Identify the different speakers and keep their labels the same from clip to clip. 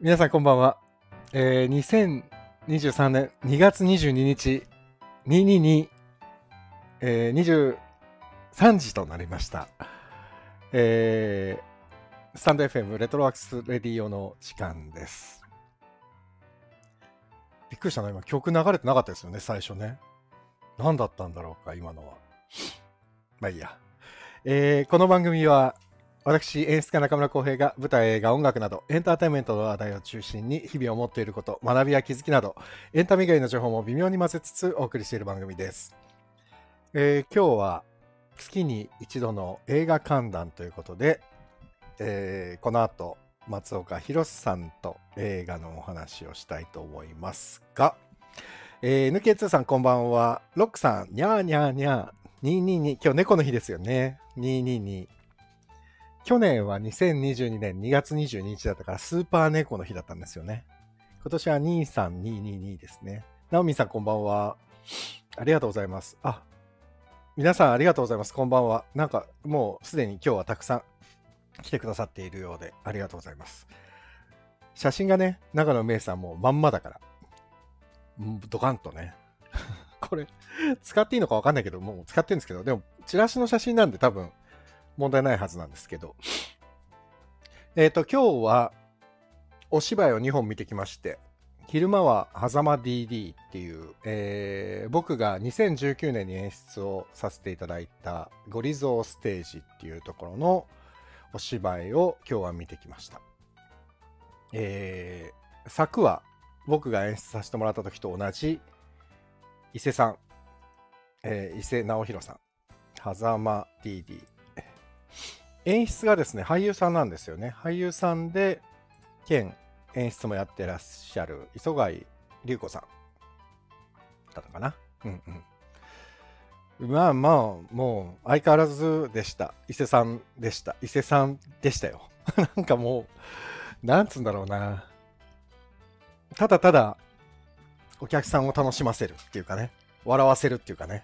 Speaker 1: 皆さんこんばんは、えー、2023年2月22日222、えー、23時となりました、えー、スタンド FM レトロワークスレディオの時間ですびっくりしたな今曲流れてなかったですよね最初ね何だったんだろうか今のはまあいいや、えー、この番組は私、演出家中村浩平が舞台、映画、音楽などエンターテインメントの話題を中心に日々思っていること、学びや気づきなどエンタメ以外の情報も微妙に混ぜつつお送りしている番組です。えー今日は月に一度の映画観覧ということで、えーこの後松岡弘さんと映画のお話をしたいと思いますが、えー NK2 さんこんばんは、ロックさん、にゃーにゃーにゃー、222、今日猫の日ですよね、222。去年は2022年2月22日だったから、スーパー猫の日だったんですよね。今年は23222ですね。ナオミンさん、こんばんは。ありがとうございます。あ、皆さんありがとうございます。こんばんは。なんか、もうすでに今日はたくさん来てくださっているようで、ありがとうございます。写真がね、長野めいさんもうまんまだから。うんドカンとね。 これ、使っていいのかわかんないけど、もう使ってるんですけど、でも、チラシの写真なんで多分、問題ないはずなんですけど。えっと、今日はお芝居を2本見てきまして、昼間は狭間 DD っていう、えー僕が2019年に演出をさせていただいたゴリゾーステージっていうところのお芝居を今日は見てきました。えー作は僕が演出させてもらった時と同じ伊勢さん、えー伊勢直弘さん、狭間 DD 演出がですね俳優さんなんですよね俳優さんで兼演出もやってらっしゃる磯貝隆子さんだったかなうんうんまあまあもう相変わらずでした伊勢さんでした伊勢さんでしたよ なんかもうなんつうんだろうなただただお客さんを楽しませるっていうかね笑わせるっていうかね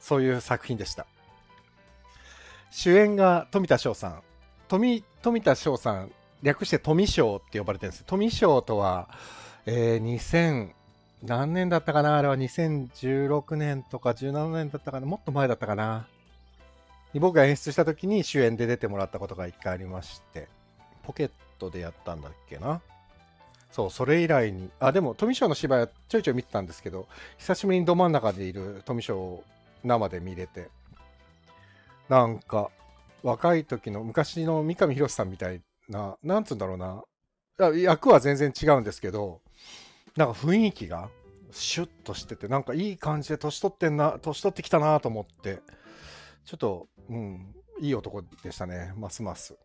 Speaker 1: そういう作品でした主演が富田翔さん富富田翔さん略して富翔って呼ばれてるんです富翔とは、えー2000何年だったかなあれは2016年とか17年だったかなもっと前だったかなに僕が演出した時に主演で出てもらったことが一回ありましてポケットでやったんだっけなそうそれ以来にあでも富翔の芝居はちょいちょい見てたんですけど久しぶりにど真ん中でいる富翔を生で見れてなんか若い時の昔の三上博史さんみたいな、なんつうんだろうな、あ役は全然違うんですけど、なんか雰囲気がシュッとしてて、なんかいい感じで年取ってんな、年取ってきたなと思って、ちょっと、うん、いい男でしたね、ますます。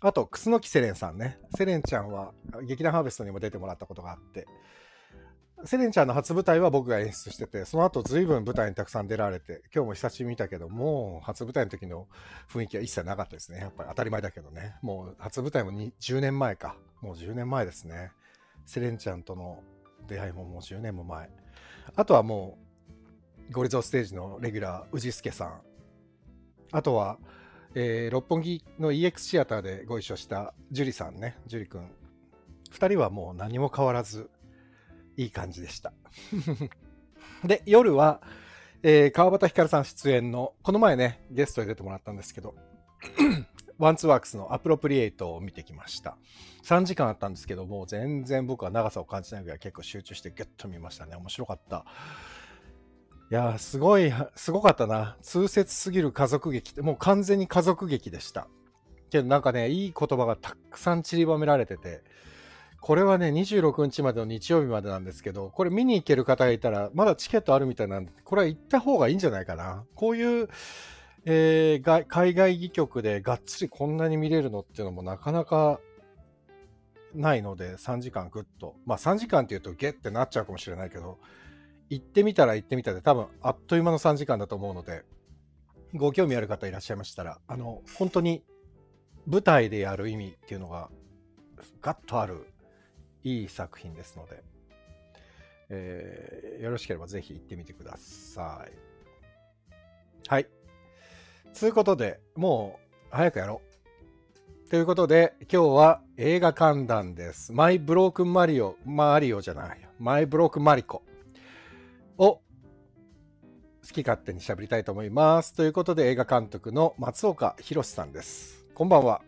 Speaker 1: あと、楠木セレンさんね。セレンちゃんは劇団ハーベストにも出てもらったことがあって、セレンちゃんの初舞台は僕が演出してて、その後ずいぶん舞台にたくさん出られて、今日も久しぶりに見たけど、もう初舞台の時の雰囲気は一切なかったですね。やっぱり当たり前だけどね。もう初舞台もに10年前か。もう10年前ですね。セレンちゃんとの出会いももう10年も前。あとはもう、ゴリゾーステージのレギュラー、宇治助さん。あとは、えー六本木の EX シアターでご一緒したジュリさんね、ジュリ君。二人はもう何も変わらず、いい感じでした。 で、夜は、えー川端ひかるさん出演の、この前ね、ゲストで出てもらったんですけど、 ワンツーワークスのアプロプリエイトを見てきました。3時間あったんですけど、もう全然僕は長さを感じないぐらい結構集中してギュッと見ましたね。面白かった。いやー、すごい、すごかったな。通説すぎる家族劇って、もう完全に家族劇でした。けどなんかね、いい言葉がたくさん散りばめられてて、これはね、26日までの日曜日までなんですけど、これ見に行ける方がいたら、まだチケットあるみたいなんで、これは行った方がいいんじゃないかな。こういう、えーが海外戯曲でがっつりこんなに見れるのっていうのもなかなかないので、3時間ぐっと。まあ3時間っていうとゲッってなっちゃうかもしれないけど、行ってみたら行ってみたで多分あっという間の3時間だと思うので、ご興味ある方いらっしゃいましたら、あの、本当に舞台でやる意味っていうのがガッとあるいい作品ですので、えーよろしければぜひ行ってみてください。はい。つうことで、もう早くやろう。ということで、今日は映画観覧です。マイ・ブロークン・マリオ、マリオじゃないよ。マイ・ブロークン・マリコを好き勝手に喋りたいと思います。ということで、映画監督の松岡弘さんです。こんばんは。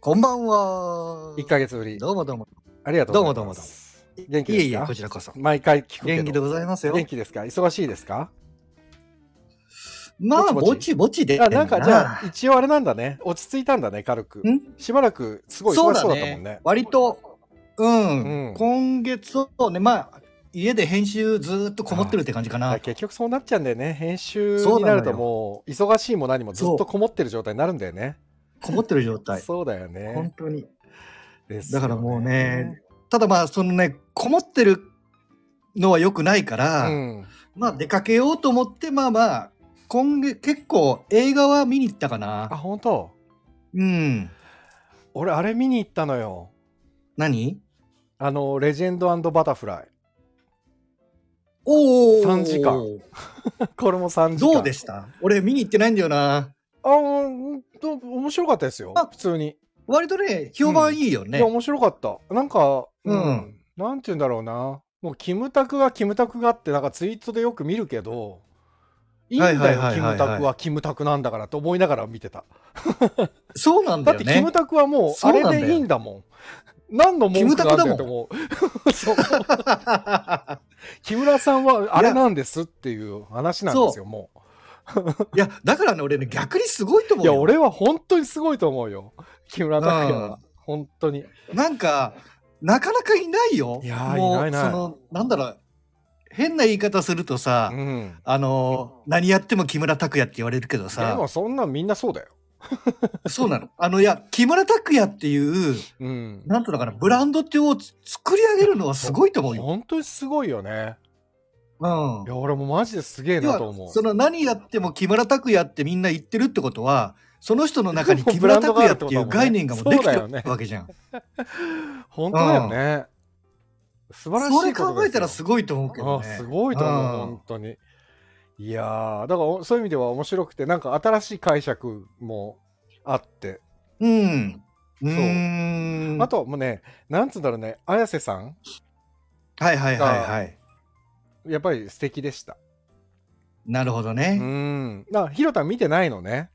Speaker 2: こんばんは。
Speaker 1: 1ヶ月ぶり。
Speaker 2: どうもどうも。
Speaker 1: ありがとうございます。元気ですか
Speaker 2: いえいえ、こちらこそ。
Speaker 1: 毎回聞くけど。
Speaker 2: 元気でございますよ
Speaker 1: 元。気ですか忙しいですか
Speaker 2: まあ、
Speaker 1: ぼ
Speaker 2: ぼ
Speaker 1: ち
Speaker 2: ちぼちで。
Speaker 1: あなんかじゃあ、一応あれなんだね。落ち着いたんだね、軽く。
Speaker 2: ん
Speaker 1: しばらく、すごい
Speaker 2: そう
Speaker 1: 忙し
Speaker 2: だ
Speaker 1: そうだったもん
Speaker 2: ね
Speaker 1: ね。。
Speaker 2: 割と、うん、
Speaker 1: うん
Speaker 2: 今月をね、まあ、家で編集ずーっとこもってるって感じか
Speaker 1: だか
Speaker 2: な
Speaker 1: ら。結局そうなっちゃうんだよね。編集
Speaker 2: そう
Speaker 1: にな
Speaker 2: なのよ
Speaker 1: るともう、忙しいも何もずっ
Speaker 2: そ
Speaker 1: と
Speaker 2: う
Speaker 1: こもってる状態になるんだよね。
Speaker 2: こもってる状態。
Speaker 1: そうだよ
Speaker 2: 本
Speaker 1: ね。
Speaker 2: 当に。
Speaker 1: ですよ
Speaker 2: だからもうね、ただまあ、そのね、こもってるのは良くないか
Speaker 1: う
Speaker 2: ら、
Speaker 1: ん。
Speaker 2: まあ、出かけようと思って、まあまあ、今月、結構映画は見に行ったか
Speaker 1: あ、
Speaker 2: な。
Speaker 1: 本当
Speaker 2: うん。
Speaker 1: 俺、あれ見に行ったのよ。
Speaker 2: 何
Speaker 1: あの、レジェンドバタフライ。
Speaker 2: おお
Speaker 1: 三時間これも3時間。
Speaker 2: どうでした俺見に行ってないんだよな
Speaker 1: あうんと面白かったですよ
Speaker 2: あ。
Speaker 1: 普通に。
Speaker 2: 割とね評判いいよ
Speaker 1: い
Speaker 2: ね、
Speaker 1: や、面白かった。なんか、
Speaker 2: うん
Speaker 1: なんて言うんだろうな。もう、キムタクがキムタクがって、なんかツイートでよく見るけど、いいんだよ、
Speaker 2: はいはいはい
Speaker 1: キ
Speaker 2: は
Speaker 1: ム
Speaker 2: いはい
Speaker 1: タクはキムタクなんだからと思いながら見てた。
Speaker 2: そうなん
Speaker 1: だ
Speaker 2: だ
Speaker 1: っ
Speaker 2: よ
Speaker 1: て、
Speaker 2: ね
Speaker 1: キムタクはもう、
Speaker 2: そ
Speaker 1: あ
Speaker 2: うなんだよ
Speaker 1: れでいいんだもん。何の文句なんだよと思う。そう木村さんはあれなんですっていう話なんですよ、もう。
Speaker 2: いやだからね俺ね逆にすごいと思
Speaker 1: いう
Speaker 2: よ
Speaker 1: や、俺は本当にすごいと思うよ。木村拓哉
Speaker 2: う
Speaker 1: は。本当に。
Speaker 2: なんかなかなかいないよ
Speaker 1: いやー
Speaker 2: もう
Speaker 1: いないいない
Speaker 2: そのなんだろう変な言い方するとさ、
Speaker 1: うん。
Speaker 2: あのー何やっても木村拓哉って言われるけど
Speaker 1: で
Speaker 2: さ
Speaker 1: も、そんなんみんなそうだよ。
Speaker 2: そうなのあのいや木村拓哉っていう
Speaker 1: うん。
Speaker 2: なんとだからブランドっていうのを作り上げるのはすごいと思うよ、
Speaker 1: 本当にすごいよね。
Speaker 2: うん
Speaker 1: い、や、俺もマジですげえ
Speaker 2: 要
Speaker 1: なと思
Speaker 2: は
Speaker 1: う。
Speaker 2: その何やっても木村拓哉ってみんな言ってるってことはその人の 中に木村拓哉っていう概念がもうできて
Speaker 1: そうだよね
Speaker 2: るわけじゃん、
Speaker 1: 本当だよね。素晴らしい
Speaker 2: そ
Speaker 1: こと
Speaker 2: れ
Speaker 1: ですよ。
Speaker 2: 考えたらすごいと思うけど、ね、
Speaker 1: あすごいと思う、
Speaker 2: ん
Speaker 1: 本当に。いやー、だからおそういう意味では面白くて、なんか新しい解釈もあって、
Speaker 2: うん
Speaker 1: う
Speaker 2: うーん
Speaker 1: あともうね、なんつうんだろうね、綾瀬さん、
Speaker 2: はいはいはいはい
Speaker 1: やっぱり素敵でした。
Speaker 2: なるほど
Speaker 1: う
Speaker 2: ね、
Speaker 1: ん。な、ひろたん見てないのね。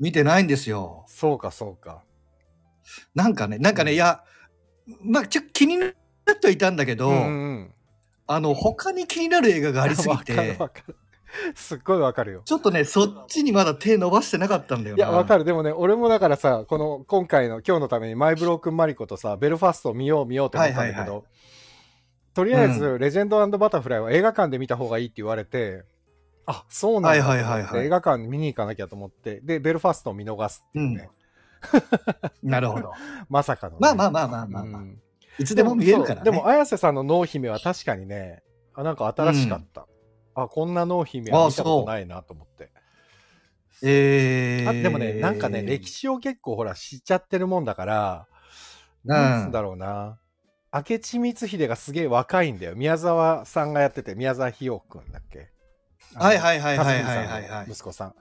Speaker 2: 見てないんですよ
Speaker 1: そうか、そうか。
Speaker 2: なんかねなんかね、
Speaker 1: うん
Speaker 2: いやまあちょっと気になってはいたんだけど、
Speaker 1: ん、
Speaker 2: あの他に気になる映画がありすぎ
Speaker 1: わかる
Speaker 2: て
Speaker 1: わかる。すっごいわかるよ。
Speaker 2: ちょっとねそっちにまだ手伸ばしてなかったんだよ
Speaker 1: い
Speaker 2: な
Speaker 1: や、わかる。でもね、俺もだからさ、この、今回の、今日のために、マイブロークンマリコとさ、ベルファストを見よう見ようと思ったんだけど、
Speaker 2: はいはい
Speaker 1: とりあえず、
Speaker 2: う
Speaker 1: レジェンドバタフライは映画館で見た方がいいって言われて、あ、そうなんだと思って、
Speaker 2: はいはいはいはい
Speaker 1: 映画館見に行かなきゃと思って、で、ベルファストを見逃すっていうね、
Speaker 2: なるほど
Speaker 1: まさかのね、
Speaker 2: まあまあまあまあまあ、まあ
Speaker 1: うん
Speaker 2: いつでも見えるからね
Speaker 1: でも、そうでも綾瀬さんの濃姫は確かにね、あなんか新しかった。あ、こんな濃姫は見たことないなと思って。
Speaker 2: えー、
Speaker 1: あでもね、なんかね、歴史を結構ほら知っちゃってるもんだから、
Speaker 2: うん
Speaker 1: なんつうんだろうな。明智光秀がすげえ若いんだよ。宮沢さんがやってて、宮沢ひよくんだっけ
Speaker 2: はいはいはいいはいはいはいはい
Speaker 1: 息子さん。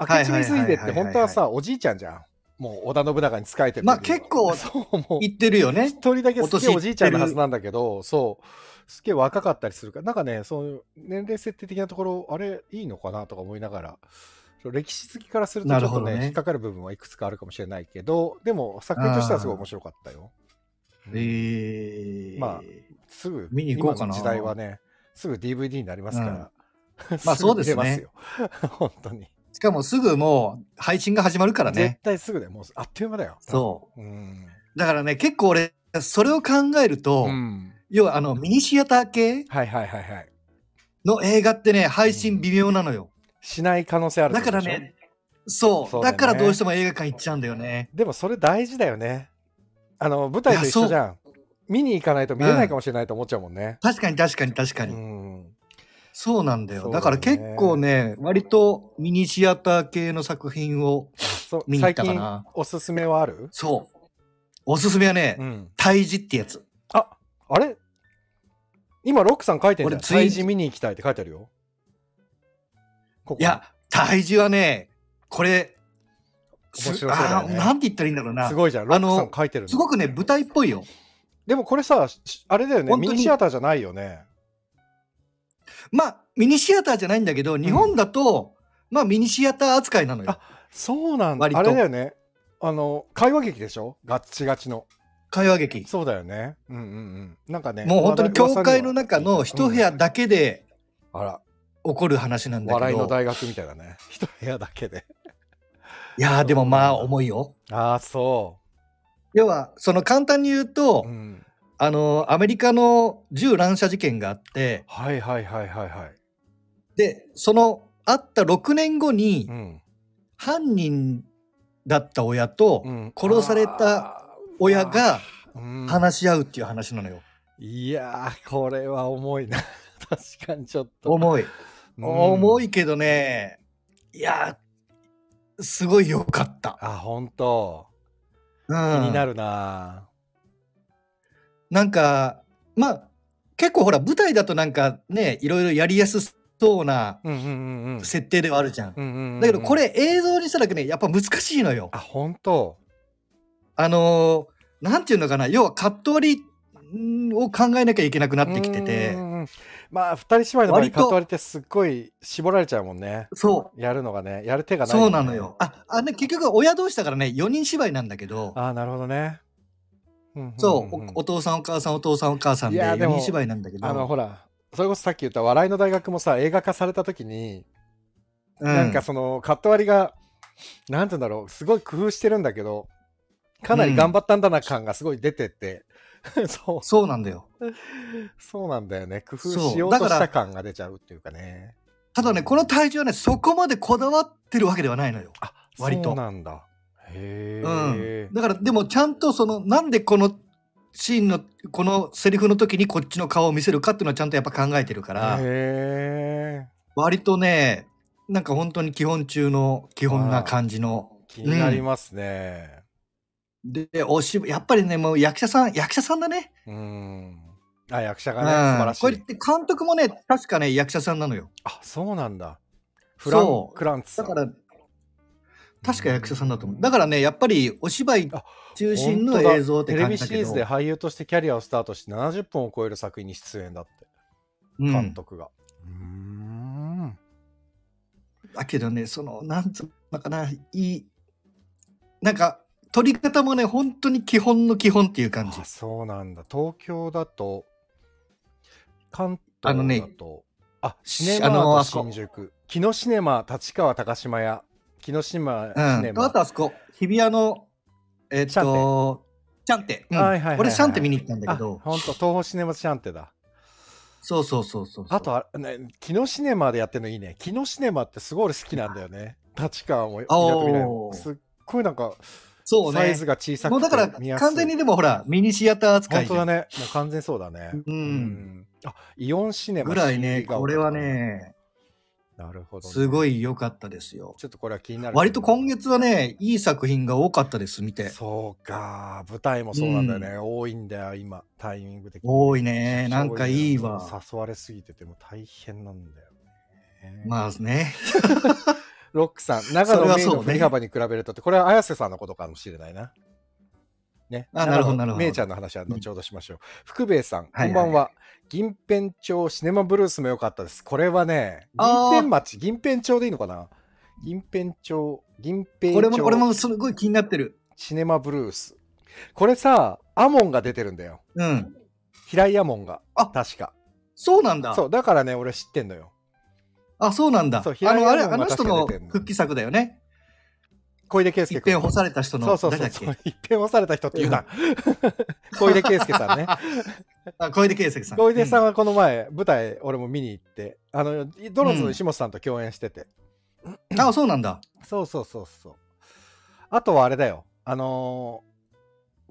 Speaker 1: 明
Speaker 2: はいはい
Speaker 1: 智光秀って本当はさ、おじいちゃんじゃん。もう織田信長に仕えてる時
Speaker 2: まあ結構
Speaker 1: そう、もう
Speaker 2: 言ってるよね
Speaker 1: 一人だけすげえおじいちゃんのはずなんだけど、そう、すげえ若かったりするから、なんかね、そういう年齢設定的なところ、あれ、いいのかなとか思いながら、そう歴史好きからすると、
Speaker 2: な
Speaker 1: ちょ
Speaker 2: る
Speaker 1: っ
Speaker 2: ほ
Speaker 1: と
Speaker 2: ど
Speaker 1: ね
Speaker 2: ね
Speaker 1: 引っかかる部分はいくつかあるかもしれないけど、でも、作品としてはすごい面白かったよ。
Speaker 2: えー、
Speaker 1: まあすぐ、
Speaker 2: 見に行こうか
Speaker 1: 今
Speaker 2: な
Speaker 1: の時代はね、すぐ DVD になりますから。
Speaker 2: まあそうですね
Speaker 1: ぐ見れますよ本当に。
Speaker 2: しかもすぐもう配信が始まるから
Speaker 1: 絶
Speaker 2: ね
Speaker 1: 対すぐでもう、あっという間だよ。。
Speaker 2: そう
Speaker 1: うん。
Speaker 2: うだからね結構俺それを考えると、
Speaker 1: うん
Speaker 2: 要はあのミニシアター系
Speaker 1: はいはいはいはい。
Speaker 2: の映画ってね配
Speaker 1: うん
Speaker 2: 信微妙なのよ、
Speaker 1: しない可能性あるって
Speaker 2: だ
Speaker 1: こ
Speaker 2: か
Speaker 1: とでし
Speaker 2: ら
Speaker 1: ょ
Speaker 2: ねそう
Speaker 1: そうだよ
Speaker 2: だ
Speaker 1: ね
Speaker 2: からどうしても映画館行っちゃうんだよね
Speaker 1: でもそれ大事だよね。あの舞台と一緒じゃん。見に行かないと見れないかもしれないと思っちゃうもんね。
Speaker 2: 確かに確かに確か
Speaker 1: う
Speaker 2: に、
Speaker 1: ん。
Speaker 2: そうなんだ
Speaker 1: そ
Speaker 2: よ
Speaker 1: うだ
Speaker 2: だ
Speaker 1: ね
Speaker 2: から結構ね割とミニシアター系の作品を
Speaker 1: そう
Speaker 2: 見に行
Speaker 1: 最
Speaker 2: ったか
Speaker 1: 近
Speaker 2: な
Speaker 1: おすすめはある？
Speaker 2: そうおすすめはね、
Speaker 1: うん。
Speaker 2: 胎児ってやつ
Speaker 1: あ、あれ？今ロックさん書いてるんだよ。
Speaker 2: 俺つい
Speaker 1: 退治見に行きたいって書いてあるよ。ここ
Speaker 2: いや、、胎児はね、これ、
Speaker 1: 面白そうだ
Speaker 2: あ
Speaker 1: よ
Speaker 2: ー
Speaker 1: ね
Speaker 2: なんて言ったらいいんだろうな
Speaker 1: す。ごいじゃん。ロックさん書いてるの
Speaker 2: すごくね、舞台っぽいよ。
Speaker 1: でもこれさ、しあれだよね、
Speaker 2: 本当
Speaker 1: ミ
Speaker 2: に
Speaker 1: ニシアターじゃないよね。
Speaker 2: まあ、ミニシアターじゃないんだけど、日本だと、まあ、ミニシアター扱いなのよ
Speaker 1: あ。そうなんだ。
Speaker 2: 割と
Speaker 1: あれだよね。あの、会話劇でしょガッチガチの。
Speaker 2: 会話劇。
Speaker 1: そうだよね。うんうんうん。なんかね、
Speaker 2: もう本当に
Speaker 1: 話題
Speaker 2: 教会の中の一部屋だけで
Speaker 1: うんあら、
Speaker 2: 起こる話なんだけ
Speaker 1: 笑いの
Speaker 2: ど。
Speaker 1: 大学みたいだね。一部屋だけで。
Speaker 2: いやー、でもまあ、重いよ。
Speaker 1: ああ、そ
Speaker 2: 要は、その簡単に言うと、
Speaker 1: う。うん。
Speaker 2: あの、アメリカの銃乱射事件があって、
Speaker 1: はいはいはいはいはい。
Speaker 2: で、その、あった6年後に
Speaker 1: う、ん。
Speaker 2: 犯人だった親と
Speaker 1: うん
Speaker 2: 殺された親が
Speaker 1: あーうん
Speaker 2: 話し合うっていう話なのよ。
Speaker 1: いやー、これは重いな。 確かにちょっと。
Speaker 2: 重い。
Speaker 1: うん
Speaker 2: 重いけどね、いやー、すごい良かった。
Speaker 1: あ、本当。
Speaker 2: 気
Speaker 1: 気に
Speaker 2: に
Speaker 1: なるな。
Speaker 2: なんか、まあ、結構ほら、舞台だとなんかね、いろいろやりやすそうな
Speaker 1: うんうんうんうん。
Speaker 2: 設定ではあるじゃん。
Speaker 1: うんうんうん
Speaker 2: だけど、こ。れ映像にしたらね、やっぱ難しいのよ。
Speaker 1: あ、本当。
Speaker 2: あのーなんていうのかな、要はカット割りんを考えなきゃいけなくなってきてて
Speaker 1: うん、うんうん。まあ、二人姉妹の場合、
Speaker 2: 割と
Speaker 1: カット割りってすっごい絞られちゃうもんね。
Speaker 2: そ
Speaker 1: やるのがね、やる手
Speaker 2: う、
Speaker 1: がない、
Speaker 2: そうなのよ。。あ、あね、結局親同士だからね、4人芝居なんだけど、
Speaker 1: あー、なるほどね。うんうんうんうん
Speaker 2: そう、おお父さんお母さんお父さんお母さん
Speaker 1: い
Speaker 2: で
Speaker 1: や
Speaker 2: 4
Speaker 1: でも
Speaker 2: 人芝居なんだけど、
Speaker 1: あの、ほら、それこそさっき言った笑いの大学もさ、映画化された時に、
Speaker 2: うん
Speaker 1: なんかそのカット割りが、なんて言うんだろう、すごい工夫してるんだけど、かなり頑張ったんだな感がすごい出てて、 そう、
Speaker 2: そうなんだよ。
Speaker 1: そうなんだよね。工夫
Speaker 2: そう
Speaker 1: しようと
Speaker 2: だ
Speaker 1: し
Speaker 2: か
Speaker 1: た
Speaker 2: ら
Speaker 1: 感が出ちゃうっていうかね。
Speaker 2: ただね、この体重はね、そこまでこだわってるわけではないのよ。
Speaker 1: あ、
Speaker 2: 割
Speaker 1: そ
Speaker 2: と
Speaker 1: うなんだ。へえ。
Speaker 2: だから、でもちゃんとその、なんでこのシーンの、このセリフの時にこっちの顔を見せるかっていうのはちゃんとやっぱ考えてるから、
Speaker 1: へえ。
Speaker 2: 割とね、なんか本当に基本中の基本な感じの。
Speaker 1: 気になりますね。
Speaker 2: で、おし、やっぱりね、もう役者さん、役者さんだね。
Speaker 1: うん。あ、役者
Speaker 2: う
Speaker 1: が
Speaker 2: ん
Speaker 1: ね、素晴らし
Speaker 2: これっ
Speaker 1: い。
Speaker 2: て監督もね、確かね、役者さんなのよ。
Speaker 1: あ、そうなんだ。フラン
Speaker 2: そう
Speaker 1: クランツさ
Speaker 2: だ
Speaker 1: ん。
Speaker 2: から、確か役者さんだと思う。だからね、やっぱりお芝居中心の
Speaker 1: 本当だ
Speaker 2: 映像って
Speaker 1: テレ
Speaker 2: 感
Speaker 1: ビ
Speaker 2: じだ
Speaker 1: シ
Speaker 2: け
Speaker 1: リーズ
Speaker 2: ど
Speaker 1: で、俳優としてキャリアをスタートして70本を超える作品に出演だって、
Speaker 2: うん
Speaker 1: 監督が。うん。
Speaker 2: だけどね、その、なんつうのかな、いい、なんか、撮り方もね、本当に基本の基本っていう感じ
Speaker 1: あ、。そうなんだ。東京だと、関
Speaker 2: あの
Speaker 1: 東
Speaker 2: ね
Speaker 1: だと、あ、シネ
Speaker 2: し
Speaker 1: マ
Speaker 2: あの
Speaker 1: と
Speaker 2: あそこ
Speaker 1: 新宿。木野シネマ、立川高島屋、木野シネマ、
Speaker 2: う
Speaker 1: シネ
Speaker 2: ん。
Speaker 1: マ
Speaker 2: あとあそこ、日比谷の、えっ
Speaker 1: シャンテ
Speaker 2: と、シャンテ。うん
Speaker 1: はいはいはいはい
Speaker 2: 俺、シャンテ見に行ったんだ
Speaker 1: あ、
Speaker 2: けど、
Speaker 1: ほんと、東宝シネマシャンテだ。
Speaker 2: そうそうそうそうそう。
Speaker 1: あとあ、ね、木野シネマでやってるのいいね。木野シネマってすごい俺好きなんだよね。立川も、港未来も。
Speaker 2: おー
Speaker 1: すっごいなんか、
Speaker 2: そうね。
Speaker 1: サイズが小さくて
Speaker 2: もうだから
Speaker 1: 見やすい
Speaker 2: 完全にでもほらミニシアター扱
Speaker 1: 本
Speaker 2: いじ
Speaker 1: 当だ
Speaker 2: ゃん、
Speaker 1: ね。もう完全そうだね。
Speaker 2: うん
Speaker 1: あ、イオンシネマ
Speaker 2: ぐらいね
Speaker 1: シーガオ
Speaker 2: これは。ね
Speaker 1: なるほど、
Speaker 2: すご
Speaker 1: い。
Speaker 2: い良かったですよ
Speaker 1: ちょっとこれは気になる。
Speaker 2: 割と今。月はねいい作品が多かったです見て
Speaker 1: そうか。舞台もそうなんだよね。多いんだよ、今。タイミング的に。
Speaker 2: 多いねなんかいいわ
Speaker 1: 誘われすぎてても大変なんだよね。
Speaker 2: まあね
Speaker 1: ロックさん、長
Speaker 2: それ
Speaker 1: 野
Speaker 2: は
Speaker 1: メイ
Speaker 2: そう
Speaker 1: の
Speaker 2: ね
Speaker 1: 振り幅に比べるとって、これは綾瀬さんのことかもしれないな。ね。
Speaker 2: あなるほどなるほど
Speaker 1: メイちゃんの話は後ほどしましょう。福兵衛さん、こ
Speaker 2: はいはい
Speaker 1: んばんは。銀辺町シネマブルースも良かったです。これはね、銀
Speaker 2: あー
Speaker 1: 辺町、銀辺町でいいのかな銀辺町、銀辺町
Speaker 2: これもこれもすごい気になってる
Speaker 1: シネマブルース。これさ、アモンが出てるんだよ。
Speaker 2: うん
Speaker 1: 平井アモンが。
Speaker 2: あ
Speaker 1: 確か。
Speaker 2: そうなんだ
Speaker 1: そう、だからね、俺知ってんのよ。
Speaker 2: あそうなんだ
Speaker 1: そう
Speaker 2: あ
Speaker 1: 平井
Speaker 2: のあれ
Speaker 1: ア
Speaker 2: あ
Speaker 1: モン
Speaker 2: の
Speaker 1: が
Speaker 2: 人
Speaker 1: 確か
Speaker 2: の
Speaker 1: 出てんの
Speaker 2: 復帰作だよね
Speaker 1: 小出圭
Speaker 2: 一
Speaker 1: 介君。
Speaker 2: 遍干された人の
Speaker 1: そうそう
Speaker 2: 誰
Speaker 1: そ
Speaker 2: だ
Speaker 1: う
Speaker 2: っ
Speaker 1: そう。
Speaker 2: け
Speaker 1: 一遍押された人って言うな。小出圭介さ んね。
Speaker 2: あ小出圭介さん
Speaker 1: 小出さん
Speaker 2: う
Speaker 1: はこの前、舞台、俺も見に行って、あの、ドローンズの石本さんと共演してて。
Speaker 2: んあそうなんだ
Speaker 1: そうそうそうそう。あとはあれだよ。あのー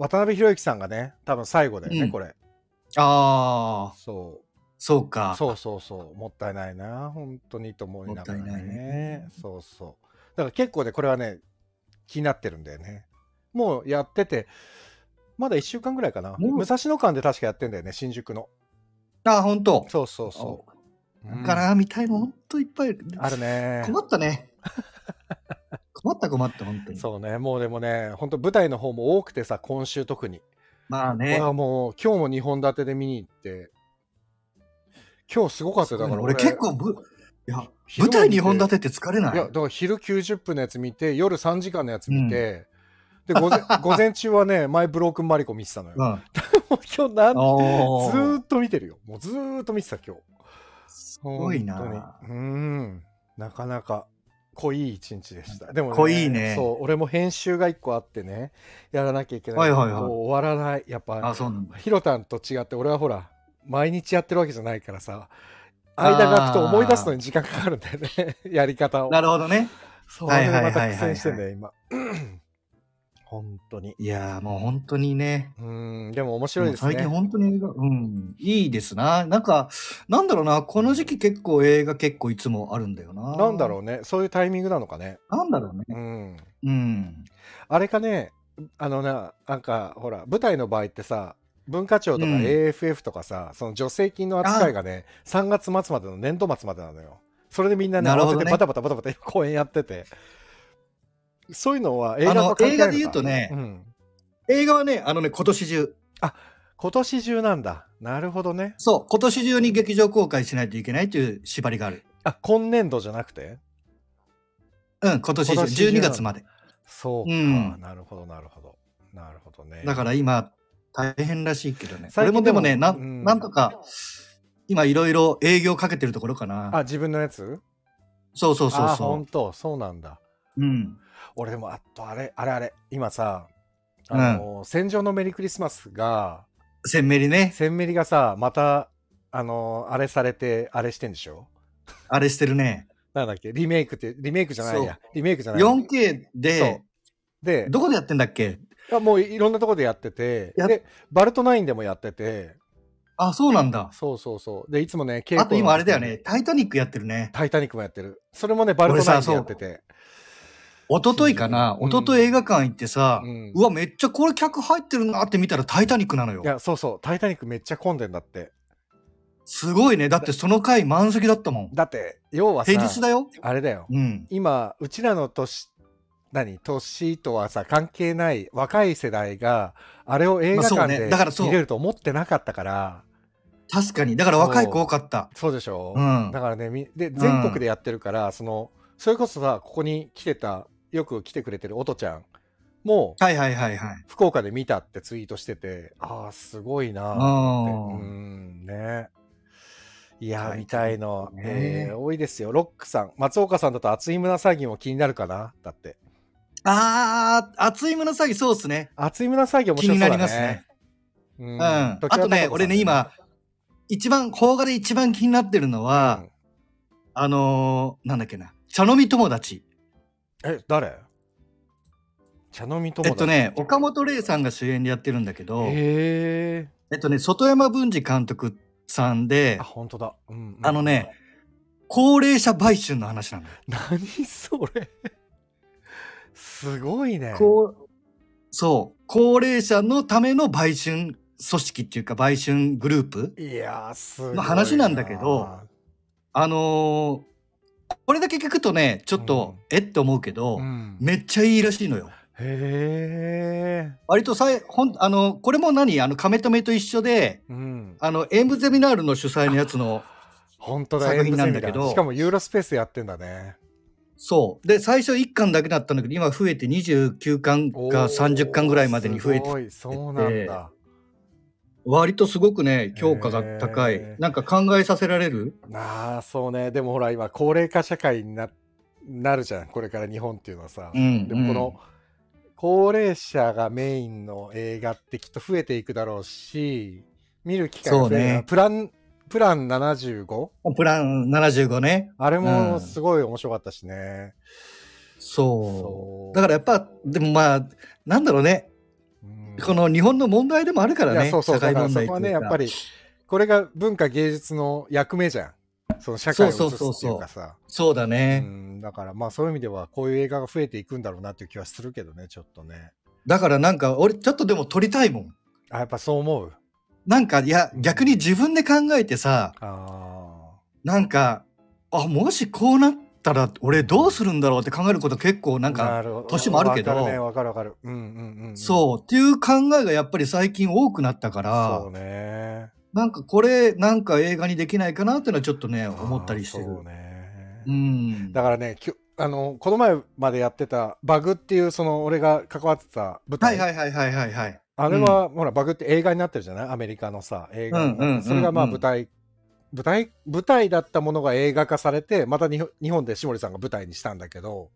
Speaker 1: 渡辺裕之さんがね、多分最後だよね、
Speaker 2: うん
Speaker 1: これ。
Speaker 2: あー
Speaker 1: そ
Speaker 2: そう
Speaker 1: う。
Speaker 2: か
Speaker 1: そうそうそう。もったいないな、本当にと思いながらね。
Speaker 2: もったいないね
Speaker 1: そうそう。だから結構ね、これはね、気になってるんだよね。もうやってて、まだ1週間ぐらいかな。
Speaker 2: もう
Speaker 1: 武蔵野館で確かやってんだよね、新宿の。
Speaker 2: あ本当
Speaker 1: そうそうそ
Speaker 2: だから見たいの本当いっぱいある
Speaker 1: う。あるね。
Speaker 2: 困ったね。困った困った、本当に。
Speaker 1: そうね、もうでもね、本当舞台の方も多くてさ、今週特に。
Speaker 2: まあ
Speaker 1: 俺
Speaker 2: ね。
Speaker 1: はもう、今日も2本立てで見に行って、今日すごかったよだから
Speaker 2: 俺結構ぶ、いや、
Speaker 1: 昼
Speaker 2: 舞
Speaker 1: も
Speaker 2: 台
Speaker 1: 見て
Speaker 2: 2本立てって疲れないい
Speaker 1: やだから昼90分のやつ見て夜3時間のやつ見て、で午前 午前中はね前ブロークンマリコ見てたのよ、
Speaker 2: う
Speaker 1: も
Speaker 2: ん。
Speaker 1: う 今日なんず
Speaker 2: お
Speaker 1: ーっと見てるよもうずーっと見てた今日す
Speaker 2: ごいな
Speaker 1: うんなかなか濃い一日でしたでも、
Speaker 2: 濃いね
Speaker 1: そう俺も編集が1個あってねやらなきゃいけない,、
Speaker 2: はいはいはい
Speaker 1: もう終わらないやっぱ
Speaker 2: あ、そうなんだ。
Speaker 1: ひろたんと違って俺はほら毎日やってるわけじゃないからさ間が空くと思い出すのに時間かかるんだよね やり方を
Speaker 2: なるほどね。
Speaker 1: そう、
Speaker 2: はいはい
Speaker 1: ま
Speaker 2: は
Speaker 1: た
Speaker 2: いはいはい
Speaker 1: 苦戦してんだよ、 今。本当に。
Speaker 2: いやーもう本当にね。
Speaker 1: うん、でも面白いですね。
Speaker 2: もう最近本当に映画、うん、いいですな。なんか、なんだろうな、この時期結構映画結構いつもあるんだよな。
Speaker 1: なんだろうね、そういうタイミングなのかね。
Speaker 2: う。なんだろうね。
Speaker 1: うん。
Speaker 2: うん。
Speaker 1: あれかね、あのな、なんか、ほら、舞台の場合ってさ、文化庁とか
Speaker 2: うん
Speaker 1: AFF とかさ、その助成金の扱いがね、3月末までの年度末までなのよ。それでみんなね、
Speaker 2: なるほ
Speaker 1: 慌
Speaker 2: ど
Speaker 1: てて
Speaker 2: ね
Speaker 1: バタバタバタバタ公演やってて。そういうのは映
Speaker 2: あ
Speaker 1: 画
Speaker 2: の
Speaker 1: と関係な
Speaker 2: 映
Speaker 1: いのか
Speaker 2: 画で言うとね
Speaker 1: ん
Speaker 2: 映画はね、あのね、今年中。
Speaker 1: 今年中なんだ。なるほどね。
Speaker 2: そう、今年中に劇場公開しないといけないという縛りがある。
Speaker 1: あ、今年度じゃなくて
Speaker 2: うん、今年中、
Speaker 1: 今年中
Speaker 2: 12月まで。
Speaker 1: そうか、
Speaker 2: うん
Speaker 1: なるほどなるほどなるほどね
Speaker 2: だから今、大変らしいけどね。
Speaker 1: 最
Speaker 2: 俺
Speaker 1: 近
Speaker 2: もでもね、な
Speaker 1: でもうん
Speaker 2: んなんとか、今いろいろ営業かけてるところかな。
Speaker 1: あ自分のやつ
Speaker 2: そうそうそう
Speaker 1: あ
Speaker 2: そ
Speaker 1: 本当そうなんだ
Speaker 2: う。うん。
Speaker 1: 俺でもあとあれあれあれ今さあの、戦場のメリークリスマスが
Speaker 2: せんめりね、
Speaker 1: 戦メリがさまたあのあれされてあれしてんでしょ
Speaker 2: あれしてるね。
Speaker 1: なんだっけリメイクってリメイクじゃないやリメイクじゃない
Speaker 2: 4K
Speaker 1: そう
Speaker 2: で、
Speaker 1: で
Speaker 2: どこでやってんだっけ
Speaker 1: あもういろんなとこでやってて
Speaker 2: やっ
Speaker 1: でバルトナインでもやってて
Speaker 2: あ、そうなんだ。
Speaker 1: そうそうそうでいつもね稽古
Speaker 2: あと今あれだよね、タイタニックやってるね。
Speaker 1: タイタニックもやってるそれもねバルトナインでやってて
Speaker 2: 一昨日かな、
Speaker 1: うん
Speaker 2: 一昨日映画館行ってさ、
Speaker 1: う
Speaker 2: うんわ、めっちゃこれ客入ってるなって見たらタイタニックなのよ
Speaker 1: い。やそうそう「タイタニック」めっちゃ混んでんだって
Speaker 2: すごいね。だってその回満席だったもん。
Speaker 1: だって要はさ
Speaker 2: 平日だよ。
Speaker 1: あれだよ
Speaker 2: うん。
Speaker 1: 今うちらの年何年とはさ関係ない若い世代があれを映画
Speaker 2: まあそ
Speaker 1: 館
Speaker 2: うね
Speaker 1: で
Speaker 2: だからそう
Speaker 1: 見れると思ってなかったから
Speaker 2: 確かに。だから若い子多かった。
Speaker 1: そうでしょ、
Speaker 2: うん
Speaker 1: だからねみで全国でやってるから、そのそれこそさここに来てたよく来てくれてる音ちゃんも
Speaker 2: はいはいはいはい。
Speaker 1: 福岡で見たってツイートしててああすごいなーってう
Speaker 2: うん。
Speaker 1: んねいや
Speaker 2: は
Speaker 1: ー
Speaker 2: い
Speaker 1: 見たいの、
Speaker 2: ね
Speaker 1: えー多いですよロックさん松岡さんだと熱い胸騒ぎも気になるかなだって
Speaker 2: あー、熱い胸騒ぎそうっすね。
Speaker 1: 熱い胸騒ぎ面
Speaker 2: 気
Speaker 1: 白そ
Speaker 2: に
Speaker 1: うだね
Speaker 2: なりますね。
Speaker 1: う
Speaker 2: うんん。あとね、俺ね、、今、一番、邦画で一番気になってるの
Speaker 1: 時
Speaker 2: は
Speaker 1: は、
Speaker 2: あのー、なんだっけな。茶飲み友
Speaker 1: う
Speaker 2: 達。
Speaker 1: んえ誰茶飲み友達
Speaker 2: えっとね、岡本玲さんが主演でやってるんだけど、
Speaker 1: へ
Speaker 2: えっとね、外山文治監督さん
Speaker 1: え
Speaker 2: で
Speaker 1: あ、本当だ、うんうん
Speaker 2: あのね、高齢者売春の話なのよ。
Speaker 1: 何それすごいね
Speaker 2: こう、そう、高齢者のための売春組織っていうか、売春グループ。
Speaker 1: いやーすごい
Speaker 2: まあ話なんだけどあのーこれだけ聞くとね、ちょっと、えって思うけど、
Speaker 1: なうん、へ
Speaker 2: めっちゃいいらしいのよ。
Speaker 1: え
Speaker 2: 割とさい、ほん、あの、これも何あの、亀止めと一緒で、
Speaker 1: うん
Speaker 2: あの、演舞ゼミナールの主催のやつ の、
Speaker 1: 本当だ
Speaker 2: 作品なんだ
Speaker 1: エン
Speaker 2: けど
Speaker 1: ブゼミだしかもユーロスペースでやってんだね
Speaker 2: そう。で、最初1巻だけだったんだけど、今増えて29巻か30巻ぐらいまでに増えて
Speaker 1: すごいそうなんだ
Speaker 2: 割とすごくね、評価が高
Speaker 1: へ
Speaker 2: い
Speaker 1: ー。
Speaker 2: なんか考えさせられる
Speaker 1: ああそうねでもほら今高齢化社会にななるじゃんこれから日本っていうのはさ、
Speaker 2: ん
Speaker 1: でもこの、高齢者がメインの映画ってきっと増えていくだろうし見る機会が増えるな
Speaker 2: そうね
Speaker 1: プランプラン 75?
Speaker 2: うんプラン75ね。
Speaker 1: あれ
Speaker 2: う
Speaker 1: も
Speaker 2: ん
Speaker 1: すごい面白かったしね、
Speaker 2: そ
Speaker 1: そう
Speaker 2: う。だからやっぱ、でもまあ、なんだろうね。
Speaker 1: うん
Speaker 2: この日本の問題でもあるから
Speaker 1: い
Speaker 2: ね。
Speaker 1: やそうそう
Speaker 2: 社会問題
Speaker 1: だからそこは
Speaker 2: って
Speaker 1: ね
Speaker 2: いう
Speaker 1: や
Speaker 2: か
Speaker 1: っぱりこれが文化芸術の役目じゃんその社会を映すっていうかさ
Speaker 2: そうだ
Speaker 1: う
Speaker 2: ね。
Speaker 1: んだからまあそういう意味ではこういう映画が増えていくんだろうなっていう気はするけどねちょっとね
Speaker 2: だからなんか、俺ちょっとでも撮りたいもん。
Speaker 1: あやっぱそう思う
Speaker 2: なんか、いや
Speaker 1: う、ん
Speaker 2: 逆に自分で考えてさ、
Speaker 1: あ
Speaker 2: なんか、あ、もしこうなっったら俺どうするんだろうって考えること結構なんか、
Speaker 1: るほど
Speaker 2: 年もあるけど
Speaker 1: わかるね、わかるわかる。うんうんうんうん。
Speaker 2: そうっていう考えがやっぱり最近多くなったから
Speaker 1: そうね。
Speaker 2: なんかこれなんか映画にできないかなっていうのはちょっとね思ったりしてる
Speaker 1: あーそうね。
Speaker 2: うん
Speaker 1: だからね、きゅあのこの前までやってた「バグ」っていうその俺が関わってた舞
Speaker 2: は
Speaker 1: 台、
Speaker 2: いはいはいはいはいはい
Speaker 1: あれは、ほらバグって映画になってるじゃないアメリカのさ映画になって、
Speaker 2: うんうんうんうん
Speaker 1: それがまあ舞台舞台舞台だったものが映画化されてまた日本日本でしもりさんが舞台にしたんだけど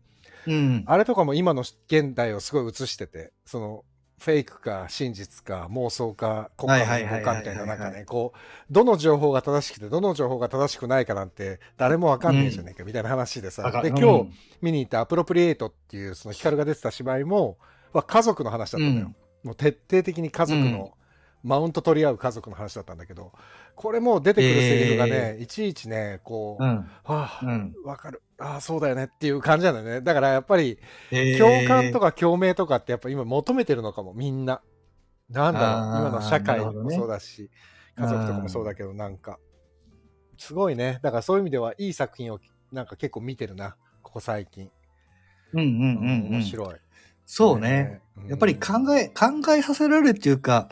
Speaker 2: うん
Speaker 1: あれとかも今の現代をすごい映しててそのフェイクか真実か妄想か国家の変更かみたいなない
Speaker 2: はいははいはいはい
Speaker 1: んかねこうどの情報が正しくてどの情報が正しくないかなんて誰もわかんねえじゃねえかみたいな話でさ、
Speaker 2: わか
Speaker 1: で
Speaker 2: る
Speaker 1: 今日、
Speaker 2: うん
Speaker 1: 見に行った「アプロプリエイト」っていうその光が出てた芝居も、まあ、家族の話だったのよ、もう徹底的に家族の、マウント取り合う家族の話だったんだけどこれも出てくるセリフがね、いちいちねこう、
Speaker 2: うん
Speaker 1: あ
Speaker 2: う
Speaker 1: あ
Speaker 2: ん
Speaker 1: わかるああそうだよねっていう感じなんだよねだからやっぱり
Speaker 2: えー
Speaker 1: 共感とか共鳴とかってやっぱ今求めてるのかもみんななんだろう
Speaker 2: あー
Speaker 1: 今の社会
Speaker 2: なるほど
Speaker 1: も
Speaker 2: ね
Speaker 1: そうだし、家族とかもそうだけどなんかすごいねだからそういう意味ではいい作品をなんか結構見てるなここ最近
Speaker 2: うんうんうんう
Speaker 1: 面
Speaker 2: ん
Speaker 1: 白い。
Speaker 2: そうね。
Speaker 1: うん
Speaker 2: やっぱり考え、考えさせられるっていうか、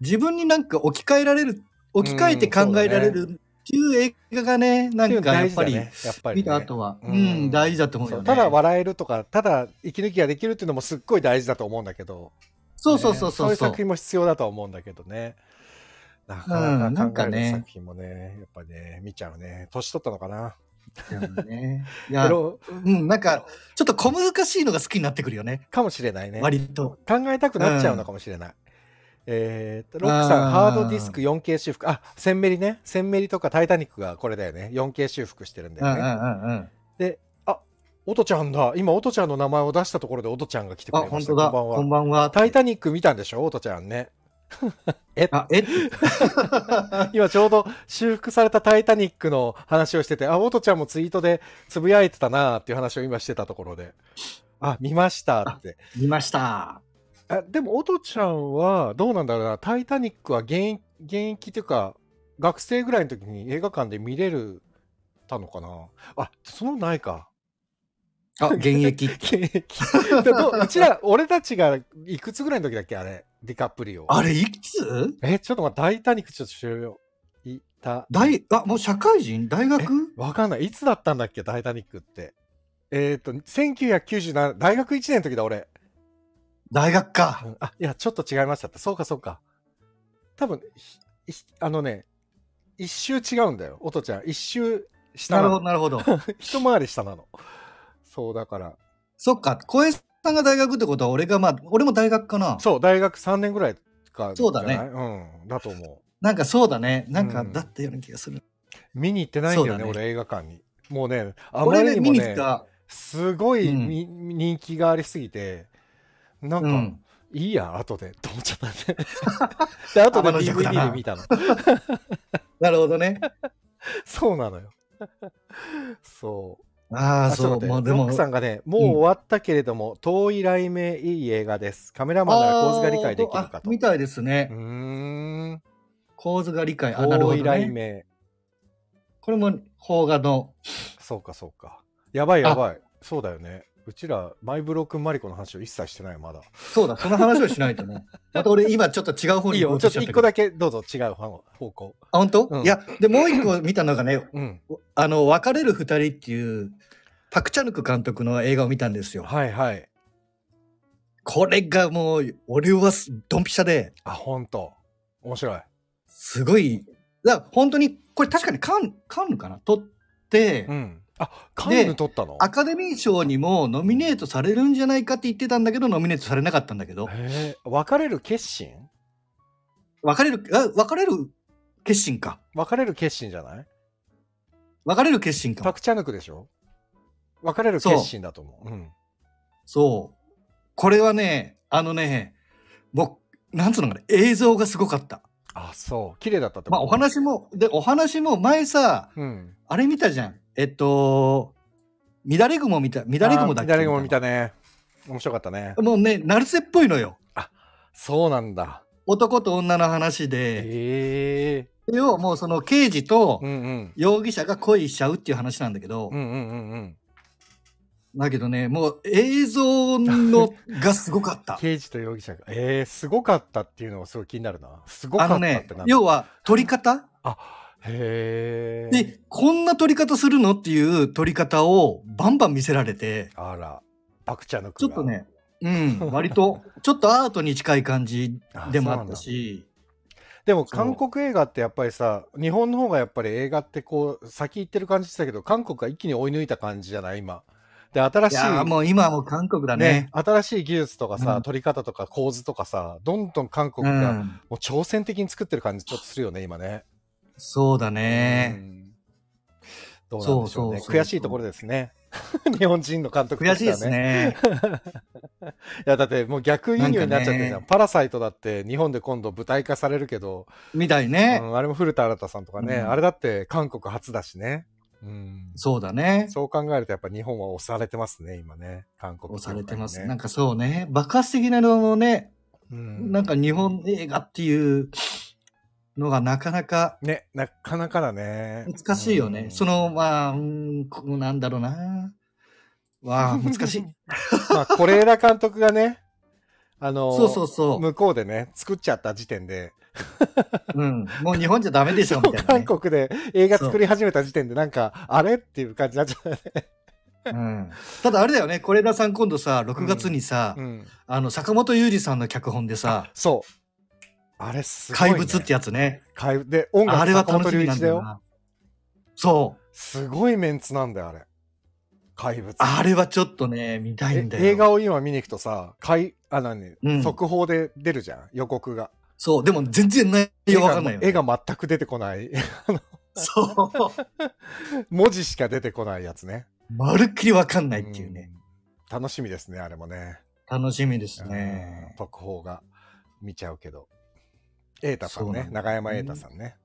Speaker 2: 自分になんか置き換えられる、置き換えて考えられ
Speaker 1: うんそう
Speaker 2: るっていう映画がね、な
Speaker 1: ってい
Speaker 2: ん
Speaker 1: うの
Speaker 2: かや
Speaker 1: 大
Speaker 2: っ
Speaker 1: 事
Speaker 2: ぱ
Speaker 1: だね
Speaker 2: り、
Speaker 1: やっぱりね
Speaker 2: 見た後は、
Speaker 1: う
Speaker 2: うんん、大事だと思うよ
Speaker 1: そう
Speaker 2: ね。
Speaker 1: ただ笑えるとかただ息抜きができるっていうのもすっごい大事だと思うんだけど
Speaker 2: そうそうそう
Speaker 1: ねそ
Speaker 2: そう。
Speaker 1: ういう
Speaker 2: そう
Speaker 1: 作品も必要だとは思うんだけどねなか
Speaker 2: うん
Speaker 1: な
Speaker 2: な
Speaker 1: か
Speaker 2: ん
Speaker 1: 考
Speaker 2: か
Speaker 1: え
Speaker 2: ね
Speaker 1: る作品もね,、やっぱね見ちゃうね年取ったのかな
Speaker 2: ね。
Speaker 1: エ
Speaker 2: いや、
Speaker 1: ロ
Speaker 2: うん、なんか、ちょっと小難しいのが好きになってくるよね。
Speaker 1: かもしれないね
Speaker 2: 割と。
Speaker 1: 考えたくなっちゃうのかもしれない、えーっとロック
Speaker 2: あ
Speaker 1: さ
Speaker 2: ー
Speaker 1: んハードディスク 4K 修復あセンメリねセンメリとかタイタニックがこれだよね 4K 修復してるんだ
Speaker 2: うんうん
Speaker 1: よ
Speaker 2: う
Speaker 1: ね、
Speaker 2: んうん。
Speaker 1: オトちゃんだ。今、オトちゃんの名前を出したところで、オトちゃんが来てく
Speaker 2: あ、
Speaker 1: れま
Speaker 2: 本
Speaker 1: した。
Speaker 2: 当だ。
Speaker 1: こんば
Speaker 2: こ
Speaker 1: ん
Speaker 2: ん
Speaker 1: は。
Speaker 2: ばんは。
Speaker 1: タイタニック見たんでしょオトちゃんね。 え
Speaker 2: あ、え
Speaker 1: 今ちょうど修復されたタイタニックの話をしてて、あ、オトちゃんもツイートでつぶやいてたなーっていう話を今してたところで。あ、見ましたって。
Speaker 2: 見ました。
Speaker 1: あでも、オトちゃんはどうなんだろうな。タイタニックは現役現役というか、学生ぐらいの時に映画館で見れるたのかな。あ、そのないか。
Speaker 2: あ、現 役。
Speaker 1: 現役でどうちら、俺たちがいくつぐらいの時だっけあれ、ディカプリオ。
Speaker 2: あれ、いくつ
Speaker 1: え、ちょっと待って、タイタニックちょっと終了。いた。
Speaker 2: 大、あ、もう社会人大学
Speaker 1: わかんない。いつだったんだっけ、タイタニックって。えっ、と、1997、大学1年の時だ、俺。
Speaker 2: 大学か
Speaker 1: う。んあ、いや、ちょっと違いましたって。そうか、そうか。多分、ひひあのね、一周違うんだよ、音ちゃん。一周下
Speaker 2: な
Speaker 1: な
Speaker 2: るほ
Speaker 1: の
Speaker 2: ど、。なるほど。
Speaker 1: 一回り下なの。そう、だから。
Speaker 2: そっか、小江さんが大学ってことは、俺がまあ、俺も大学かな。
Speaker 1: そう、大学3年ぐらいか。
Speaker 2: そうだね
Speaker 1: じゃないうん、だと思う。
Speaker 2: なんかそうだね。なんか
Speaker 1: うん
Speaker 2: だったような気がする。
Speaker 1: 見に行ってないんだよ
Speaker 2: そう
Speaker 1: ね
Speaker 2: だね
Speaker 1: 俺映画館にもうねあま
Speaker 2: 俺
Speaker 1: り
Speaker 2: ね、
Speaker 1: にも
Speaker 2: 見に行
Speaker 1: ね
Speaker 2: った。
Speaker 1: すごい、
Speaker 2: うん
Speaker 1: み人気がありすぎてなんか、
Speaker 2: うん。
Speaker 1: いいや後でと思っちゃったねで後で
Speaker 2: 天の邪鬼だな
Speaker 1: DVD で見たの
Speaker 2: なるほ どね。
Speaker 1: そうなのよそう
Speaker 2: ああ、そう、
Speaker 1: ちょ
Speaker 2: も
Speaker 1: っと待っ
Speaker 2: う
Speaker 1: て
Speaker 2: で
Speaker 1: ロ
Speaker 2: も
Speaker 1: ック。さんがねもう終わったけれども、遠い雷鳴いい映画ですカメラマンなら構図が理解できる
Speaker 2: あ
Speaker 1: か
Speaker 2: ー
Speaker 1: と
Speaker 2: みたいです
Speaker 1: うー
Speaker 2: ね。
Speaker 1: ん
Speaker 2: 構図が理解。あ、なるほ
Speaker 1: 遠い
Speaker 2: ど、
Speaker 1: 雷
Speaker 2: ね。
Speaker 1: 鳴、
Speaker 2: これも邦画の。
Speaker 1: そうかそうかやばいやばいそうだよねうちらマイブロ君マリコの話を一切してないよまだ
Speaker 2: そうだ、その話をしない とね。また俺今ちょっと違う方
Speaker 1: いい
Speaker 2: に行こ
Speaker 1: よ、
Speaker 2: う
Speaker 1: ちょっ
Speaker 2: とし
Speaker 1: と
Speaker 2: ちゃった
Speaker 1: 一
Speaker 2: け
Speaker 1: 個
Speaker 2: ど。
Speaker 1: だけどうぞ違う方方向。
Speaker 2: あ、本当、
Speaker 1: うん
Speaker 2: いや、で、もう一個見たのがね、
Speaker 1: うん。
Speaker 2: あの、別れる二人っていう、パクチャヌク監督の映画を見たんですよ。
Speaker 1: はいはい。
Speaker 2: これがもう、俺はすドンピシャで、
Speaker 1: あ、ほんと。面白い。
Speaker 2: すごい、だから本当に、これ確かにカン、カンヌかな撮って、
Speaker 1: うん。あ、カンヌ撮ったの
Speaker 2: アカデミー賞にもノミネートされるんじゃないかって言ってたんだけど、ノミネートされなかったんだけど、
Speaker 1: へえ。別れる決心
Speaker 2: 別れる、あ別れる決心か。
Speaker 1: 別れる決心じゃない
Speaker 2: 別れる決心
Speaker 1: パ
Speaker 2: か。
Speaker 1: クチャヌクでしょ別れる決心だと思う。うん。
Speaker 2: そう。これはね、あのね、僕、なんつうのかな、映像がすごかった。
Speaker 1: あ、そう。綺麗だったってこと
Speaker 2: まあお。話も、で、お話も前さ、
Speaker 1: うん。
Speaker 2: あれ見たじゃん。えっと、乱れ雲見た、乱れ雲だっけ
Speaker 1: あー乱れ雲見たね。面白かったね。
Speaker 2: もうね、ナルセっぽいのよ。
Speaker 1: そうなんだ。
Speaker 2: 男と女の話で、
Speaker 1: え
Speaker 2: それをもうその刑事と
Speaker 1: うんうん。
Speaker 2: 容疑者が恋しちゃうっていう話なんだけど、
Speaker 1: うんうんうんうん。
Speaker 2: だけどね、もう映像のがすごか った。
Speaker 1: 刑事と容疑者が。えー、すごかったっていうのがすごい気になるな。すごか
Speaker 2: あ
Speaker 1: った
Speaker 2: の
Speaker 1: ってなん
Speaker 2: ね
Speaker 1: だ、
Speaker 2: 要は撮り方
Speaker 1: あへえ。
Speaker 2: で、こんな撮り方するのっていう撮り方をバンバン見せられて、
Speaker 1: あら、パクチャの
Speaker 2: ちょっと。ね、うん、割と、ちょっとアートに近い感じでもあったし、
Speaker 1: でも
Speaker 2: そ
Speaker 1: 韓
Speaker 2: う
Speaker 1: 国映画ってやっぱりさ、日本の方がやっぱり映画ってこう、先行ってる感じしたけど、韓国が一気に追い抜いた感じじゃない今。で、新し
Speaker 2: い
Speaker 1: い。
Speaker 2: やーもう今はもう韓国だ
Speaker 1: ね
Speaker 2: ね。
Speaker 1: 新しい技術とかさ、
Speaker 2: うん
Speaker 1: 撮り方とか構図とかさ、どんどん韓国
Speaker 2: う
Speaker 1: が
Speaker 2: ん、
Speaker 1: もう挑戦的に作ってる感じちょっとするよね、今ね。
Speaker 2: そうだ
Speaker 1: う
Speaker 2: ね。
Speaker 1: んどうなんでしょうね
Speaker 2: そうそうそうそう
Speaker 1: 悔しいところですね。 日本人の監督と
Speaker 2: 悔
Speaker 1: し
Speaker 2: し
Speaker 1: て
Speaker 2: いで
Speaker 1: は
Speaker 2: すね。
Speaker 1: いやだってもう逆輸入になっちゃってるじゃ
Speaker 2: なん
Speaker 1: ん
Speaker 2: かね
Speaker 1: パラサイトだって日本で今度舞台化されるけど、
Speaker 2: みたいね。
Speaker 1: うんあれも古田新太さんとかね、
Speaker 2: うん
Speaker 1: あれだって韓国初だしね、うん、
Speaker 2: そうだね。
Speaker 1: そう考えるとやっぱ日本は押されてますね今ね韓国
Speaker 2: 押されてます。
Speaker 1: ね
Speaker 2: なんかそうね。爆発的なののね、
Speaker 1: うん
Speaker 2: なんか日本映画っていうのがなかなか
Speaker 1: ねなかなかだね
Speaker 2: 難しいよね。
Speaker 1: うん
Speaker 2: その、まあ、うん、こうなんだろうな。 わあ、難しい。
Speaker 1: まあ是枝監督がねあの
Speaker 2: そうそうそ
Speaker 1: 向こうでね作っちゃった時点で
Speaker 2: う。うん。もう日本じゃダメでしょ、みたいな、
Speaker 1: 韓
Speaker 2: ね。
Speaker 1: 国で映画作り始めた時点でなんかあれっていう感じになっちゃうね、
Speaker 2: うん、ただあれだよね、是枝さん今度さ、6月にさ、
Speaker 1: うん、
Speaker 2: あの、坂本裕二さんの脚本でさ、
Speaker 1: そうあれすごい、ね、
Speaker 2: 怪物ってやつね。
Speaker 1: 怪物で音楽
Speaker 2: あれは楽し
Speaker 1: 坂本龍
Speaker 2: みなん
Speaker 1: 一だ
Speaker 2: だよ
Speaker 1: よ
Speaker 2: な。そう。
Speaker 1: すごいメンツなんだよあれ怪物
Speaker 2: あれはちょっとね、見たいんだよ。
Speaker 1: え映画を今見に行くとさ怪あ何、
Speaker 2: うん
Speaker 1: 速報で出るじゃん予告が
Speaker 2: そう、でも全然内容わかんないよ、ね。
Speaker 1: 絵が絵が全く出てこない
Speaker 2: そう。
Speaker 1: 文字しか出てこないやつね
Speaker 2: まるっきりわかんないっていうね。
Speaker 1: うん楽しみですねあれもね
Speaker 2: 楽しみですね
Speaker 1: うん。特報が見ちゃうけど瑛太さん
Speaker 2: そうな
Speaker 1: ね
Speaker 2: んだ
Speaker 1: 永山瑛太さんね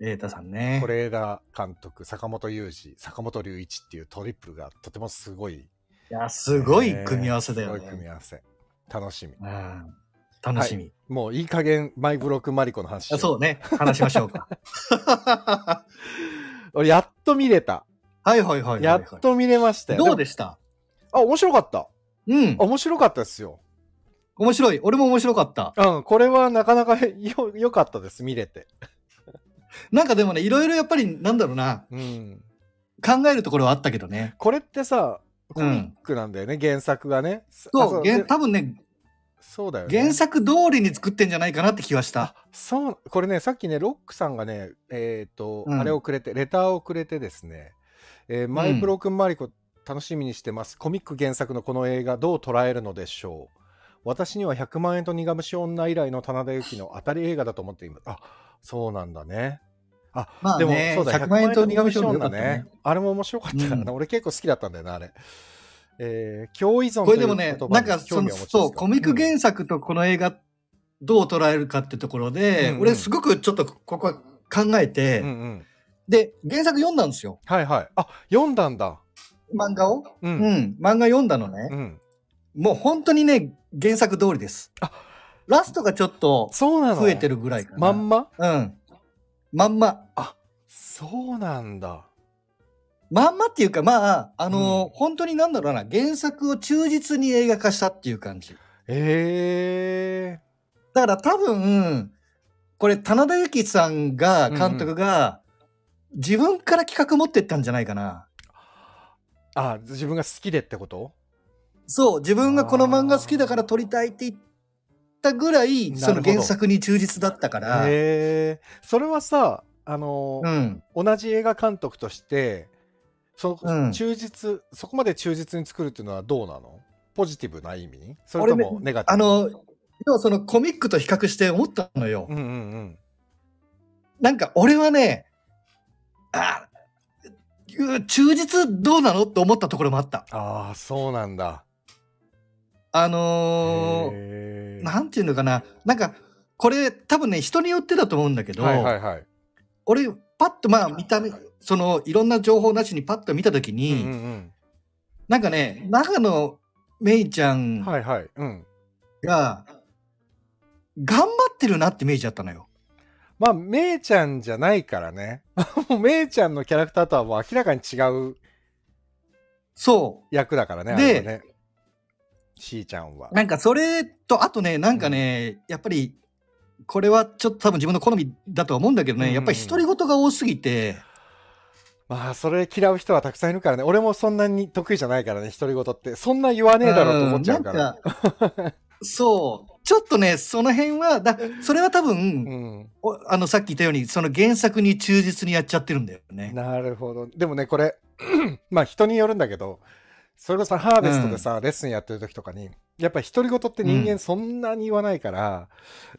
Speaker 2: 瑛太さんね。
Speaker 1: 是枝監督坂本雄二坂本龍一っていうトリプルがとてもすごい
Speaker 2: いや、すごい組み合わせだよ
Speaker 1: すごい組み
Speaker 2: ね。
Speaker 1: 合わせ楽しみ
Speaker 2: うん、楽しみ、
Speaker 1: もういい加減マイブロックマリコの話しよ
Speaker 2: あ。
Speaker 1: う
Speaker 2: そうね。話しましょ うか。
Speaker 1: 俺やっと見れた、
Speaker 2: はいはいはいはい、はい。
Speaker 1: やっと見れましたよ
Speaker 2: どう
Speaker 1: で
Speaker 2: でした
Speaker 1: もあ面白かった
Speaker 2: うん。
Speaker 1: 面白かったですよ
Speaker 2: 面白い。俺も面白かった。
Speaker 1: うんこれはなかなかよ よかったです見れて
Speaker 2: なんかでもね、いろいろやっぱり、なんだろうな、
Speaker 1: うん
Speaker 2: 考えるところはあったけどね。
Speaker 1: これってさコミックなんだよね、原作がねあ
Speaker 2: そう、げん
Speaker 1: で
Speaker 2: 多分ね、
Speaker 1: そうだよね
Speaker 2: 原作通りに作ってんじゃないかなって気はした。
Speaker 1: そうこれねさっきねロックさんがねえっ、と、
Speaker 2: うん
Speaker 1: あれをくれてレターをくれてですね、えーマイブロークンマリコ楽しみにしてます、コミック原作のこの映画どう捉えるのでしょう私には100万円と苦虫女以来の棚田由紀の当たり映画だと思っていますあそうなんだね
Speaker 2: まあ
Speaker 1: でも
Speaker 2: ね、
Speaker 1: そうだ
Speaker 2: 100万円と苦
Speaker 1: 苦
Speaker 2: 虫
Speaker 1: 虫
Speaker 2: 女
Speaker 1: 女
Speaker 2: よかったね。
Speaker 1: あれも面白かったからな、
Speaker 2: うん
Speaker 1: 俺結構好きだったんだよなあれえー、共依存
Speaker 2: こと
Speaker 1: い
Speaker 2: れ
Speaker 1: う
Speaker 2: で
Speaker 1: 言葉
Speaker 2: も
Speaker 1: に興味
Speaker 2: ね
Speaker 1: を、持ち
Speaker 2: なんかそ
Speaker 1: で
Speaker 2: の、
Speaker 1: す
Speaker 2: そう、コミック
Speaker 1: うん
Speaker 2: 原作とこの映画、どう捉えるかってところで、
Speaker 1: うんうん
Speaker 2: 俺すごくちょっとここは考えて、
Speaker 1: うんうん
Speaker 2: で、原作読んだんですよ。
Speaker 1: はいはいあ読んだんだ
Speaker 2: 漫画を。
Speaker 1: う
Speaker 2: うんん、漫画読んだのね、
Speaker 1: うん、
Speaker 2: もう本当にね、原作通りです。
Speaker 1: あ
Speaker 2: ラストがちょっと
Speaker 1: そうなの
Speaker 2: 増えてるぐらいかな。
Speaker 1: まんま
Speaker 2: うん。まんま。
Speaker 1: そうなんだ。
Speaker 2: まんまっていうか、まあ、あのー
Speaker 1: うん
Speaker 2: 本当になんだろうな、原作を忠実に映画化したっていう感じ。
Speaker 1: え
Speaker 2: だから多分、これ、棚田由紀さんが、監督が、自分から企画持ってったんじゃないかな。
Speaker 1: ー、あ自分が好きでってこと
Speaker 2: そう、自分がこの漫画好きだから撮りたいって言ったぐらい、
Speaker 1: あーな
Speaker 2: その
Speaker 1: るほど
Speaker 2: 原作に忠実だったから、
Speaker 1: えー、それはさあの
Speaker 2: う、ん。
Speaker 1: 同じ映画監督としてそ,、
Speaker 2: うん
Speaker 1: 忠実そこまで忠実に作るっていうのはどうなのポジティブな意味それ
Speaker 2: 俺
Speaker 1: と
Speaker 2: ね
Speaker 1: もネガティ
Speaker 2: あ
Speaker 1: ブ
Speaker 2: の、要はそのコミックと比較して思ったのよ。
Speaker 1: うんうんうん
Speaker 2: なんか俺はね、あう忠実どうなのって思ったところもあった。
Speaker 1: ああそうなんだ。
Speaker 2: あのー
Speaker 1: へー
Speaker 2: なんていうのかな、なんか、これ多分ね、人によってだと思うんだけど、
Speaker 1: はいはいはい。
Speaker 2: 俺、パッとまあ見た目、その、いろんな情報なしにパッと見たとき
Speaker 1: うん
Speaker 2: に、
Speaker 1: うん
Speaker 2: なんかね、長野めいちゃ
Speaker 1: うんん。はいはい。うん。
Speaker 2: が、頑張っってるなってイメージだったのよ。
Speaker 1: まあ、めいちゃんじゃないからね。 もうめいちゃんのキャラクターとはもう明らかに違う
Speaker 2: そ
Speaker 1: 役だからね、あ
Speaker 2: で
Speaker 1: れはね。しーちゃんは
Speaker 2: う。。なんかそれと、あとね、なんかね、やっぱり、これはちょっと多分自分の好みだとは思うんだけどね、
Speaker 1: うん
Speaker 2: やっぱり独り言が多すぎて、
Speaker 1: まあ、それ嫌う人はたくさんいるからね。俺もそんなに得意じゃないからね、独り言って。そんな言わねえだろうと思っちゃうから。
Speaker 2: うんなんかそう。ちょっとね、その辺は、だそれは多分、
Speaker 1: うん。
Speaker 2: おあの、さっき言ったように、その原作に忠実にやっちゃってるんだよね。
Speaker 1: なるほど。でもね、これ、 まあ人によるんだけど、それこそハーベストでさ、レッスンやってる時とかに、やっぱ独り言って人
Speaker 2: う
Speaker 1: 間
Speaker 2: ん
Speaker 1: そんなに言わないから、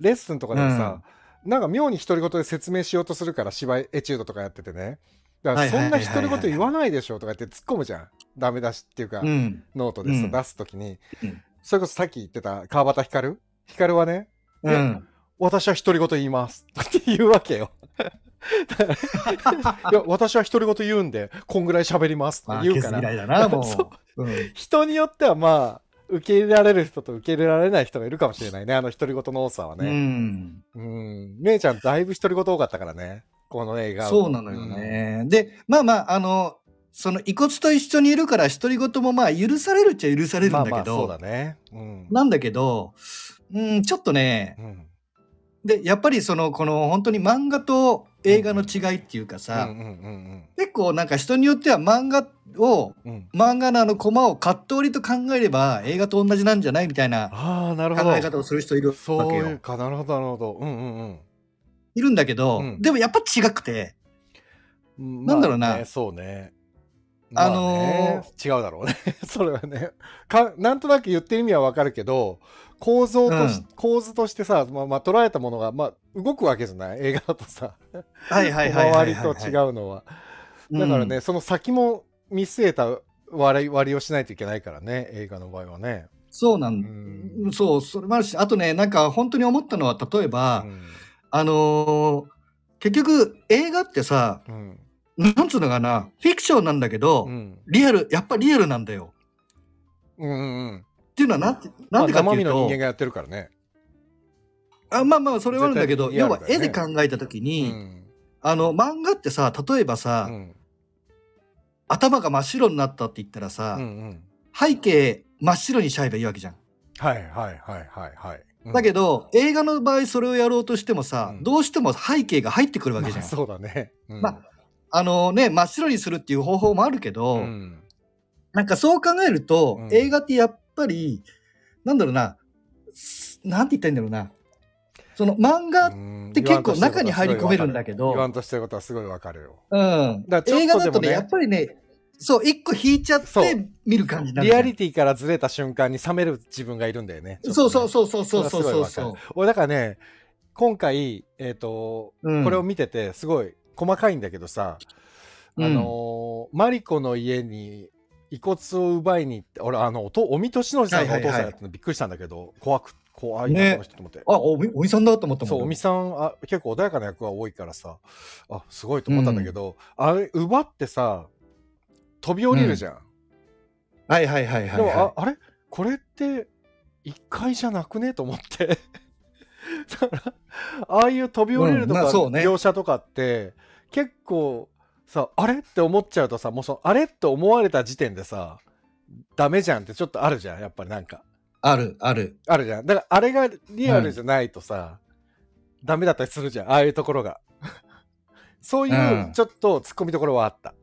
Speaker 1: レッスンとかでもさ、なんか妙に独り言で説明しようとするから芝居エチュードとかやっててね。だからそんな独り言言わないでしょとかって突っ込むじゃん。ダメ出しっていうか、
Speaker 2: うん。
Speaker 1: ノートでさ、
Speaker 2: うん
Speaker 1: 出す時に、
Speaker 2: うん
Speaker 1: それこそさっき言ってた川端光光はね、
Speaker 2: うん。
Speaker 1: 私は独り言言います。って言うわ けよ。いや、私は独り言言うんで、こんぐらい喋ります
Speaker 2: ま
Speaker 1: っ
Speaker 2: あ、
Speaker 1: て言う
Speaker 2: 削
Speaker 1: か
Speaker 2: り
Speaker 1: ら。
Speaker 2: 合いだな、 も。
Speaker 1: そう
Speaker 2: うん
Speaker 1: 人によってはまあ、受け入れられる人と受け入れられない人がいるかもしれないね。あの独り言の多さは
Speaker 2: う
Speaker 1: ね。
Speaker 2: ん。
Speaker 1: うん。めいちゃんだいぶ独り言多かったからね。この映画。
Speaker 2: そうなのよね。で、まあまあ、あの、その遺骨と一緒にいるから、独り言もまあ許されるっちゃ許さ
Speaker 1: う
Speaker 2: れ
Speaker 1: ん。
Speaker 2: る
Speaker 1: ま
Speaker 2: ん
Speaker 1: あ
Speaker 2: だ
Speaker 1: ま
Speaker 2: け
Speaker 1: あ、そうだ
Speaker 2: ど、
Speaker 1: ね。うん。
Speaker 2: なんだけど、うん、ちょっとね
Speaker 1: う、ん。
Speaker 2: で、やっぱりその、この本当に漫画と映画の違いっていうかさ、
Speaker 1: うんうんうん
Speaker 2: 結構なんか人によっては漫画を、
Speaker 1: うん。うん。
Speaker 2: 漫画のあのコマをカット折りと考えれば映画と同じなんじゃないみたいな
Speaker 1: ああ、なるほど。
Speaker 2: 考え方をする人いるわ
Speaker 1: そう
Speaker 2: けよ。
Speaker 1: いうか、なるほど、なるほど。うんうんうん。
Speaker 2: いるんだけど、
Speaker 1: うん
Speaker 2: でもやっぱ違くて、
Speaker 1: うん
Speaker 2: なんだろうな
Speaker 1: まあねそうね。
Speaker 2: あのー
Speaker 1: まあね違うだろうね。 それはねか。なんとなく言ってる意味はわかるけど、構造とし、
Speaker 2: うん
Speaker 1: 構図としてさ、まあ、まあ、捉えたものが、まあ、動くわけじゃない映画だとさ、
Speaker 2: はいはいはいはいはいはい、
Speaker 1: 周りと違うのは。
Speaker 2: うん。
Speaker 1: だからね、その先も見据えた割り割りをしないといけないからね、映画の場合はね。
Speaker 2: そうな
Speaker 1: うんん。
Speaker 2: そう、それもあるし、あとね、なんか本当に思ったのは、例えば、
Speaker 1: うん
Speaker 2: あのー結局映画ってさ、
Speaker 1: うん。
Speaker 2: なんつうのかな、フィクションなんだけど、
Speaker 1: うん。
Speaker 2: リアル、やっぱリアルなんだよ。
Speaker 1: うんうんうん。
Speaker 2: っていうのはなんて、
Speaker 1: ま
Speaker 2: なん
Speaker 1: あ
Speaker 2: でかって
Speaker 1: 生
Speaker 2: い
Speaker 1: 身
Speaker 2: う
Speaker 1: の
Speaker 2: と
Speaker 1: 人間、がやってるからね。
Speaker 2: あまあまあ、それはあるんだけど、
Speaker 1: 絶対
Speaker 2: 要
Speaker 1: リアル
Speaker 2: は
Speaker 1: だよね
Speaker 2: 絵で考えた時
Speaker 1: う
Speaker 2: に、
Speaker 1: ん。
Speaker 2: あの、漫画ってさ、例えば
Speaker 1: う
Speaker 2: さ、
Speaker 1: ん。
Speaker 2: 頭が真っ白になったって言ったら
Speaker 1: う
Speaker 2: さ、
Speaker 1: んうん。
Speaker 2: 背景真っ白にしちゃえばいいわけじゃん。
Speaker 1: はいはいはいはいはい。うん
Speaker 2: だけど、映画の場合それをやろうとしてもさ、
Speaker 1: うん
Speaker 2: どうしても背景が入ってくるわけじ
Speaker 1: ま
Speaker 2: ゃ
Speaker 1: あ
Speaker 2: ん。
Speaker 1: そうだね。うん
Speaker 2: まあのね、真っ白にするっていう方法もあるけ
Speaker 1: う
Speaker 2: ど、
Speaker 1: ん
Speaker 2: なんかそう考えると、
Speaker 1: うん
Speaker 2: 映画ってやっぱり、なんだろうな、すなんて言ったらいいんだろうな。その漫画、うん、
Speaker 1: うん
Speaker 2: で結構中に入り込めるんだけど
Speaker 1: 言わんとしてることはすごいわかるよ。だからちょっと
Speaker 2: 映画だ
Speaker 1: で
Speaker 2: と
Speaker 1: もね
Speaker 2: ね、やっぱりね、そう、一個引いちゃっ
Speaker 1: そう
Speaker 2: て見る感じになる
Speaker 1: リ
Speaker 2: じゃ
Speaker 1: ア
Speaker 2: ん。
Speaker 1: リティからずれた瞬間に冷める自分がいるんだよね。
Speaker 2: そうそう
Speaker 1: う。
Speaker 2: そうそうそうそうそう
Speaker 1: それ
Speaker 2: そ
Speaker 1: はすごいうわ。俺だからね、今回、えっ、と、
Speaker 2: うん
Speaker 1: これを見てて、すごい細かいんだけどさ、
Speaker 2: うん
Speaker 1: あのーマリコの家に遺骨を奪いに行って、俺、あの、おとおみとしのりさんのお父さんやったのびっくりしたんだけど、怖く、怖いな、
Speaker 2: ね
Speaker 1: この人と思って。
Speaker 2: あ、おみ、おみさんだと思ったもん。
Speaker 1: そう、おみさんあ、結構穏やかな役が多いからさ、あ、すごいと思ったんだけど、あれ、奪ってさ、飛び降りるじゃん。
Speaker 2: はいはいはいは
Speaker 1: で
Speaker 2: い、
Speaker 1: も、
Speaker 2: は
Speaker 1: ああれこれって、一回じゃなくねと思って。 だから、ああいう飛び降りると
Speaker 2: うんま
Speaker 1: か、
Speaker 2: あそうね
Speaker 1: 描写とかって、結構さ、あれって思っちゃうとさ、もうその、あれって思われた時点でさ、ダメじゃんってちょっとあるじゃん、やっぱりなんか。
Speaker 2: い。ある、ある。
Speaker 1: あるじゃん。だからあれがリアルじゃないとさ、ダメだったりするじゃん。ああいうところが。 そういう
Speaker 2: うん
Speaker 1: ちょっと突っ込みどころはあった。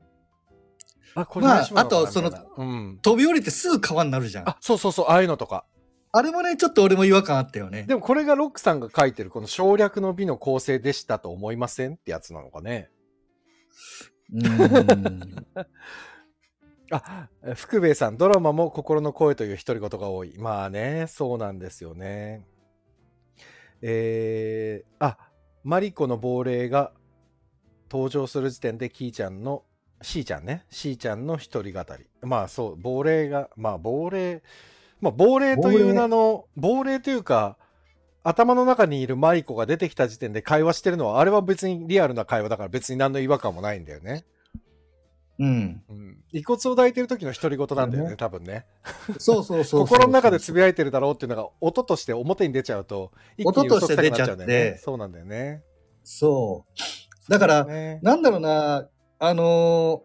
Speaker 1: あ、これ
Speaker 2: まあ
Speaker 1: 大丈夫なかな
Speaker 2: あとその
Speaker 1: みたいなうん。
Speaker 2: 飛び降りてすぐ川になるじゃん。あ
Speaker 1: あ、そうそうそう、ああいうのとか。
Speaker 2: れもね、ちょっと俺も違和感あったよね。
Speaker 1: でもこれがロックさんが書いてるこの省略の美の構成でしたと思いませんってやつなのかね。
Speaker 2: うーん
Speaker 1: あ、え福兵衛さん、ドラマも心の声という独り言が多い。まあね、そうなんですよね。えー、あ、マリコの亡霊が登場する時点で、キーちゃんの、シーちゃんね、シーちゃんの独り語り。まあそう、亡霊が、まあ亡霊、まあ亡霊という名の、亡霊というか、頭の中にいるマリコが出てきた時点で会話してるのは、あれは別にリアルな会話だから別に何の違和感もないんだよね。
Speaker 2: うん。
Speaker 1: うん、遺骨を抱いてる時の独り言なんだよ
Speaker 2: ね
Speaker 1: ね、多分ね。
Speaker 2: そうそうそうそう。
Speaker 1: 心の中でつぶやいてるだろうっていうのが、音として表に出ちゃうと、一気に嘘くさくなっちゃうんだよ
Speaker 2: 音として出ちゃっ
Speaker 1: ね。
Speaker 2: て
Speaker 1: そうなんだよね。
Speaker 2: そう。だから、
Speaker 1: ね
Speaker 2: なんだろうな、あの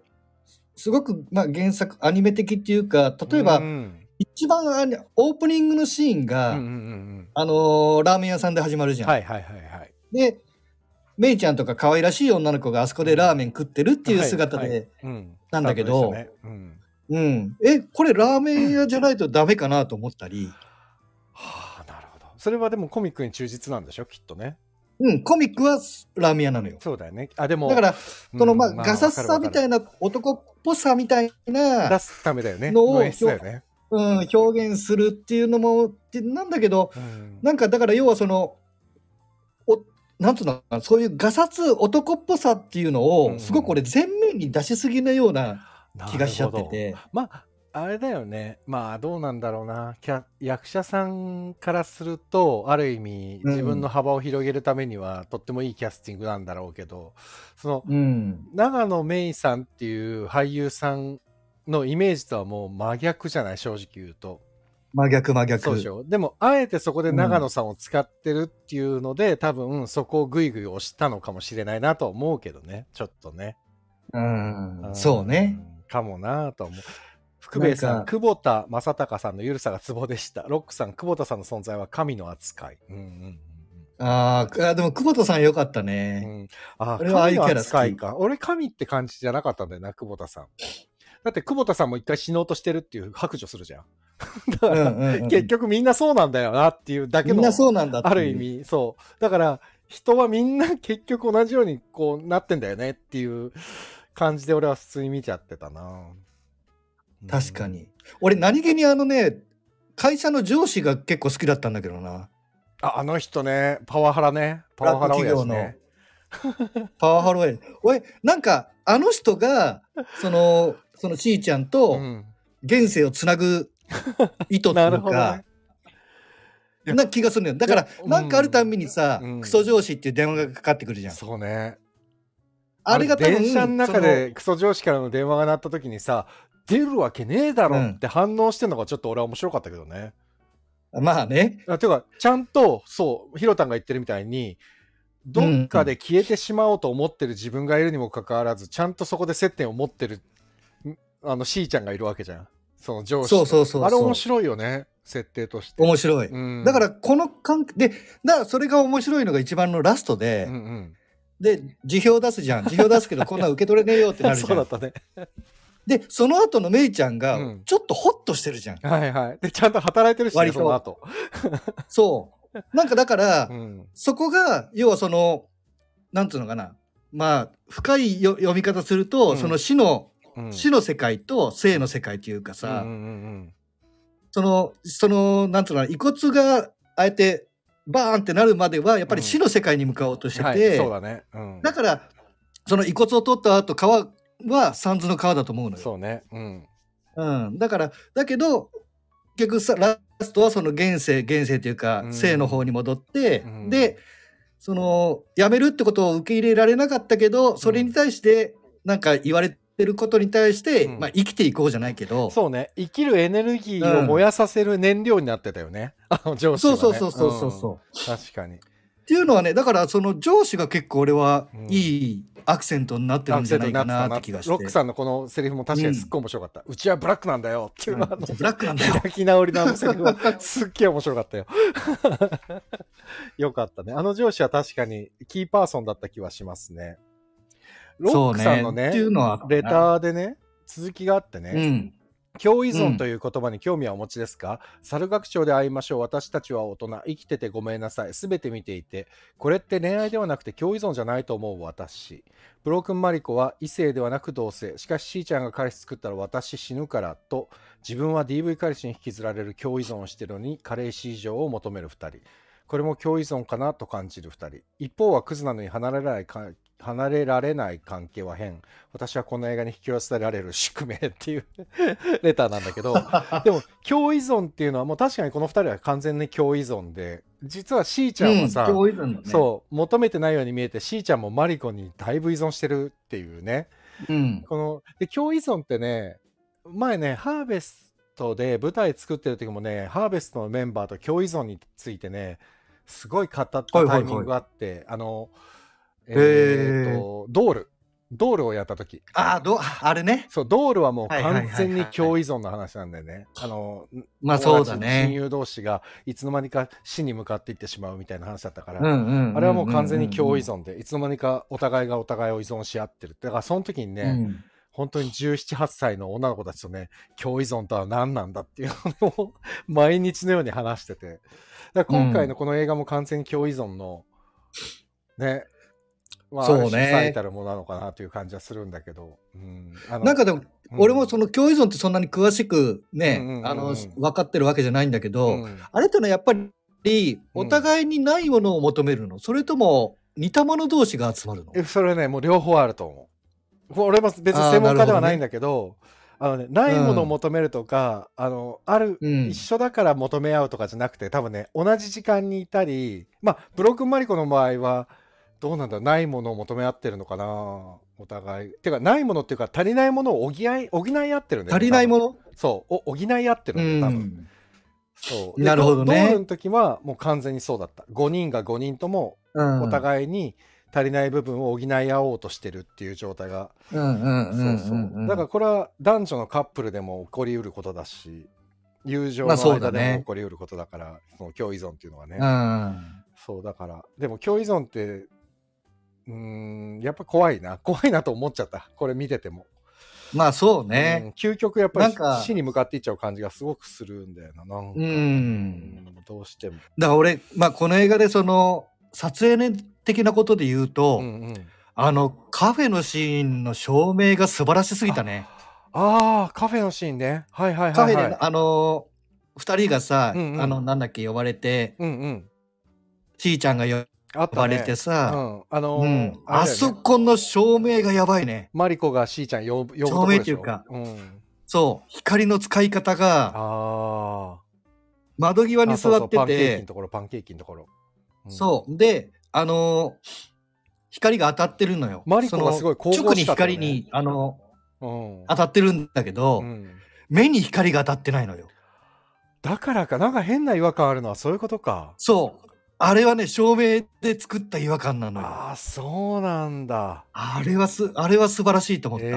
Speaker 2: ーすごく、まあ、原作、アニメ的っていうか、例えば、
Speaker 1: うん
Speaker 2: 一番あのオープニングのシーン
Speaker 1: うん
Speaker 2: が、
Speaker 1: うんうん
Speaker 2: あのーラーメン屋さんで始まるじ
Speaker 1: うん
Speaker 2: ゃん。
Speaker 1: はいはいはいはい。
Speaker 2: で、めいちゃんとか可愛らしい女の子があそこでラーメン食ってるっていう姿で、
Speaker 1: はいはいうん
Speaker 2: なんだけ
Speaker 1: ス
Speaker 2: ど
Speaker 1: タートでしたねうん
Speaker 2: うん。え、これラーメン屋じゃないとダメかなと思ったり、
Speaker 1: はあ、なるほど。それはでもコミックに忠実なんでしょ、きっとね。
Speaker 2: うん、コミックはラーメン屋なのよ。
Speaker 1: そうだよね。あ、でも、
Speaker 2: だから、
Speaker 1: うん
Speaker 2: その、まあ、ガサツさみ
Speaker 1: わか
Speaker 2: た
Speaker 1: る
Speaker 2: いな、男っぽさみたい
Speaker 1: わかる
Speaker 2: な
Speaker 1: 出、すためだよね。
Speaker 2: のを
Speaker 1: の演出だよね。
Speaker 2: うん、表現するっていうのも、ってなんだけど、
Speaker 1: うん
Speaker 2: なんかだから要はそのおなんつうのかなそういうがさつ男っぽさっていうの
Speaker 1: う
Speaker 2: を
Speaker 1: ん
Speaker 2: すごく俺前面に出しすぎなような気がしちゃって。
Speaker 1: なる
Speaker 2: て、
Speaker 1: ほどまあ、あれだよね。まあ、どうなんだろうな。キャ役者さんからすると、ある意味、
Speaker 2: うん
Speaker 1: 自分の幅を広げるためには、とってもいいキャスティングなんだろうけど、その、
Speaker 2: うん、
Speaker 1: 長野芽郁さんっていう俳優さんのイメージとはもう真逆じゃない、正直言うと。
Speaker 2: 真逆真逆
Speaker 1: そうでしょでもあえてそこで長野さんを使ってるっていうので、多分そこをグイグイ押したのかもしれないなとは思うけどねちょっとね、
Speaker 2: うん
Speaker 1: ん
Speaker 2: そうね
Speaker 1: かもなとは思う福兵衛さ
Speaker 2: なんんか
Speaker 1: 久保田正孝さんのゆるさがツボでしたロックさん久保田さんの存在は神の扱い、うんうん
Speaker 2: あーあでも久保田さんよかった
Speaker 1: うん
Speaker 2: ね、
Speaker 1: うんあ
Speaker 2: 俺はああい
Speaker 1: 神
Speaker 2: う
Speaker 1: の
Speaker 2: キャラ好き
Speaker 1: 扱いか俺神って感じじゃなかったんだよな久保田さんだって久保田さんも一回死のうとしてるっていう白状するじゃん だか
Speaker 2: うん
Speaker 1: ら、
Speaker 2: うんうん
Speaker 1: 結局みんなそうなんだよなっていうだけ
Speaker 2: みん
Speaker 1: の
Speaker 2: なそうなんだってい
Speaker 1: あ
Speaker 2: う
Speaker 1: る意味そうだから人はみんな結局同じようにこうなってんだよねっていう感じで俺は普通に見ちゃってたな
Speaker 2: 確かに俺何気にあのね会社の上司が結構好きだったんだけどな
Speaker 1: ああの人ねパワハラねパワハラ親父ね
Speaker 2: パワハロエ俺なんかあの人がそのそのしーちゃんと、
Speaker 1: うん
Speaker 2: 現世をつなぐ意図って い
Speaker 1: なる
Speaker 2: う
Speaker 1: ほどね
Speaker 2: か、な気がするのよだから
Speaker 1: いやうん
Speaker 2: なんかあるたんびにさ、
Speaker 1: うん
Speaker 2: クソ上司っていう電話がかかってくるじゃん
Speaker 1: そうね
Speaker 2: あれが多分
Speaker 1: 電車の中でクソ上司からの電話が鳴った時にさ出るわけねえだろって反応してんのがちょっと俺は面白かったけどね、
Speaker 2: そのまあね
Speaker 1: あていうかちゃんとそうヒロタンが言ってるみたいにどっかで消えてしまおうと思ってる自分がいるにもかかわらず、ちゃんとそこで接点を持ってるんあのしーちゃんがいるわけじゃんその上司
Speaker 2: そうそうそうそう
Speaker 1: あれ面白いよね設定として、
Speaker 2: 面白い、
Speaker 1: うん
Speaker 2: だからこの関係でだからそれが面白いのが一番のラスト
Speaker 1: う
Speaker 2: で
Speaker 1: ん、うん
Speaker 2: で辞表出すじゃん辞表出すけどこんなん受け取れねえよってなるじ
Speaker 1: そ
Speaker 2: ゃ
Speaker 1: うだっ
Speaker 2: ん
Speaker 1: たね
Speaker 2: でその後のめいちゃんが
Speaker 1: うん
Speaker 2: ちょっとホッとしてるじゃん、
Speaker 1: はいはいでちゃんと働いてるし、ね、
Speaker 2: 割と
Speaker 1: その後、
Speaker 2: そうなんかだから、
Speaker 1: うん、
Speaker 2: そこが要はそのなんつうのかなまあ深いよ読み方すると、
Speaker 1: うん
Speaker 2: その死の
Speaker 1: うん
Speaker 2: 死の世界と生の世界というかさ、
Speaker 1: うんうんうん
Speaker 2: そのそのなんつうのかな遺骨があえてバーンってなるまではやっぱり死の世界に向かおうとして
Speaker 1: はい
Speaker 2: て、
Speaker 1: そうだね、うん、
Speaker 2: だからその遺骨を取った後川は三途の川だと思うのよ。
Speaker 1: そうねうん
Speaker 2: うん、だからだけど結局さラストはその現世現世というか、
Speaker 1: うん
Speaker 2: 生の方に戻って、
Speaker 1: うん
Speaker 2: でその辞めるってことを受け入れられなかったけどそれに対してなんか言われてることに対して、
Speaker 1: うん
Speaker 2: まあ、生きていこうじゃないけど、
Speaker 1: そうね生きるエネルギーを燃やさせる燃料になってたよね、あの上司は、
Speaker 2: そう
Speaker 1: ね、
Speaker 2: そうそうそうそうそう。
Speaker 1: ん確かに
Speaker 2: っていうのはねだからその上司が結構俺は
Speaker 1: うん
Speaker 2: いいアクセントになってるんじゃないかなって気がして。
Speaker 1: ロックさんのこのセリフも確かにすっごい面白かった。うちはブラックなんだよっていうのあの、
Speaker 2: ブラックなんだよ。
Speaker 1: 開き直りのあのセリフ はすっげえ面白かったよ。よかったね。あの上司は確かにキーパーソンだった気はしますね。ロックさんの
Speaker 2: そう
Speaker 1: ね、
Speaker 2: っていうのは
Speaker 1: レターでね、続きがあってね、
Speaker 2: うん。
Speaker 1: 共依存という言葉に興味はお持ちですか、猿学長で会いましょう。私たちは大人。生きててごめんなさい。すべて見ていて。これって恋愛ではなくて共依存じゃないと思う私。ブロークンマリコは異性ではなく同性。しかし、しーちゃんが彼氏作ったら私死ぬからと、自分は DV 彼氏に引きずられる共依存をしてるのに、彼氏以上を求める二人。これも共依存かなと感じる二人。一方はクズなのに離れられないか離れられない関係は変。私はこの映画に引き寄せられる宿命っていうレターなんだけど、でも、共依存っていうのはもう確かにこの二人は完全に共依存で、実はしーちゃんはさ、
Speaker 2: うん、教育なんだね
Speaker 1: そう求めてないように見えてしーちゃんもマリコにだいぶ依存してるっていうね
Speaker 2: うん。
Speaker 1: こので共依存ってね前ねハーベストで舞台作ってる時もねハーベストのメンバーと共依存についてねすごい語ったタ
Speaker 2: はいはいは
Speaker 1: イ
Speaker 2: い
Speaker 1: ミングがあって、あのえ
Speaker 2: へ
Speaker 1: ー
Speaker 2: ー
Speaker 1: っとドールドールをやった時
Speaker 2: ああ、どう、あれね。
Speaker 1: そうドールはもう
Speaker 2: はいはいはいは
Speaker 1: 完
Speaker 2: い
Speaker 1: 全に共依存の話なんだよねあの
Speaker 2: まあそ
Speaker 1: 友
Speaker 2: うだ
Speaker 1: 達親
Speaker 2: ね。
Speaker 1: 友同士がいつの間にか死に向かっていってしまうみたいな話だったから、
Speaker 2: うんうん
Speaker 1: あれはもう完全に共依。存で、いつの間にかお互いがお互いを依存し合ってる。だからその時にね、
Speaker 2: うんうん
Speaker 1: 本当に17、8歳の女の子たちとね、共依存とは何なんだっていうのを毎日のように話してて。だから今回のこの映画も完全に共依存の、ね、まあ、
Speaker 2: そう
Speaker 1: あ
Speaker 2: ね
Speaker 1: る種最たるものなのかなという感じはするんだけど。うん、あの
Speaker 2: なんかでも、
Speaker 1: うん
Speaker 2: 俺もその共依存ってそんなに詳しくね、
Speaker 1: うんうんうんうん
Speaker 2: あの、分かってるわけじゃないんだけど、
Speaker 1: うん
Speaker 2: あれってのはやっぱり、お互いにないものを求めるの、それとも似た者同士が集まるの
Speaker 1: えそれねもう両方あると思うこう俺も別に専門家ではないんだけどあのね、ないものを求めるとか、あのある、
Speaker 2: うん
Speaker 1: 一緒だから求め合うとかじゃなくて多分ね同じ時間にいたりまあブロックンマリコの場合はどうなんだないものを求め合ってるのかなお互いてかないものっていうか足りないものを補い補い合ってるんだよね
Speaker 2: 足りないもの
Speaker 1: そうお補い合ってる
Speaker 2: うん
Speaker 1: だよ多分、
Speaker 2: ん。
Speaker 1: そう
Speaker 2: なるほどね
Speaker 1: ドールの時はもう完全にそうだった5人が5人とも
Speaker 2: うん
Speaker 1: お互いに足りない部分を補い合おうとしてるっていう状態が、
Speaker 2: うんうんうんうん。
Speaker 1: そうそうだからこれは男女のカップルでも起こりうることだし友情の
Speaker 2: まあそう
Speaker 1: 間
Speaker 2: だね
Speaker 1: でも起こりうることだから、その共依存っていうのはね、
Speaker 2: うん。
Speaker 1: そうだからでも共依存ってうーんやっぱ怖いな怖いなと思っちゃったこれ見てても、
Speaker 2: まあそう
Speaker 1: う
Speaker 2: ね。
Speaker 1: ん究極やっぱ
Speaker 2: なんか
Speaker 1: り死に向かっていっちゃう感じがすごくするんだよななんか、
Speaker 2: うん。
Speaker 1: うんどうしても、
Speaker 2: だから俺、まあこの映画でその、撮影的なことで言うと、
Speaker 1: うんうん
Speaker 2: あの、カフェのシーンの照明が素晴らしすぎたね。
Speaker 1: ああカフェのシーンねはいはい
Speaker 2: カ
Speaker 1: は
Speaker 2: フ
Speaker 1: い、
Speaker 2: ェで、
Speaker 1: はい、
Speaker 2: あの、二人がさ、
Speaker 1: うんうん
Speaker 2: あの、なんだっけ、呼ばれて、
Speaker 1: うんうん
Speaker 2: しーちゃんが呼
Speaker 1: あった、ね、
Speaker 2: ばれてさ、
Speaker 1: うん、あのー
Speaker 2: うん、
Speaker 1: あれだよね
Speaker 2: あそこの照明がやばいね。
Speaker 1: マリコがしーちゃん呼ぶ呼ぶとこ
Speaker 2: 照
Speaker 1: でしょ
Speaker 2: 明っていうか
Speaker 1: うん、
Speaker 2: そう、光の使い方が
Speaker 1: あ
Speaker 2: 窓際
Speaker 1: あ
Speaker 2: に座
Speaker 1: そうそう
Speaker 2: って
Speaker 1: パンケーキ
Speaker 2: て
Speaker 1: の、ところパンケーキのところ、うん
Speaker 2: そう、で、あのー光が当たってるのよ。
Speaker 1: マリコがすごい神
Speaker 2: その
Speaker 1: 々
Speaker 2: 直
Speaker 1: し
Speaker 2: に
Speaker 1: かったよね
Speaker 2: 光に、あの
Speaker 1: うん、
Speaker 2: 当たってるんだけど、
Speaker 1: うん
Speaker 2: 目に光が当たってないのよ。
Speaker 1: だからかなんか変な違和感あるのはそういうことか
Speaker 2: そう。あれはね、照明で作った違和感なのよ。
Speaker 1: ああそうなんだ
Speaker 2: あれはす、あれは素晴らしいと思った。
Speaker 1: へ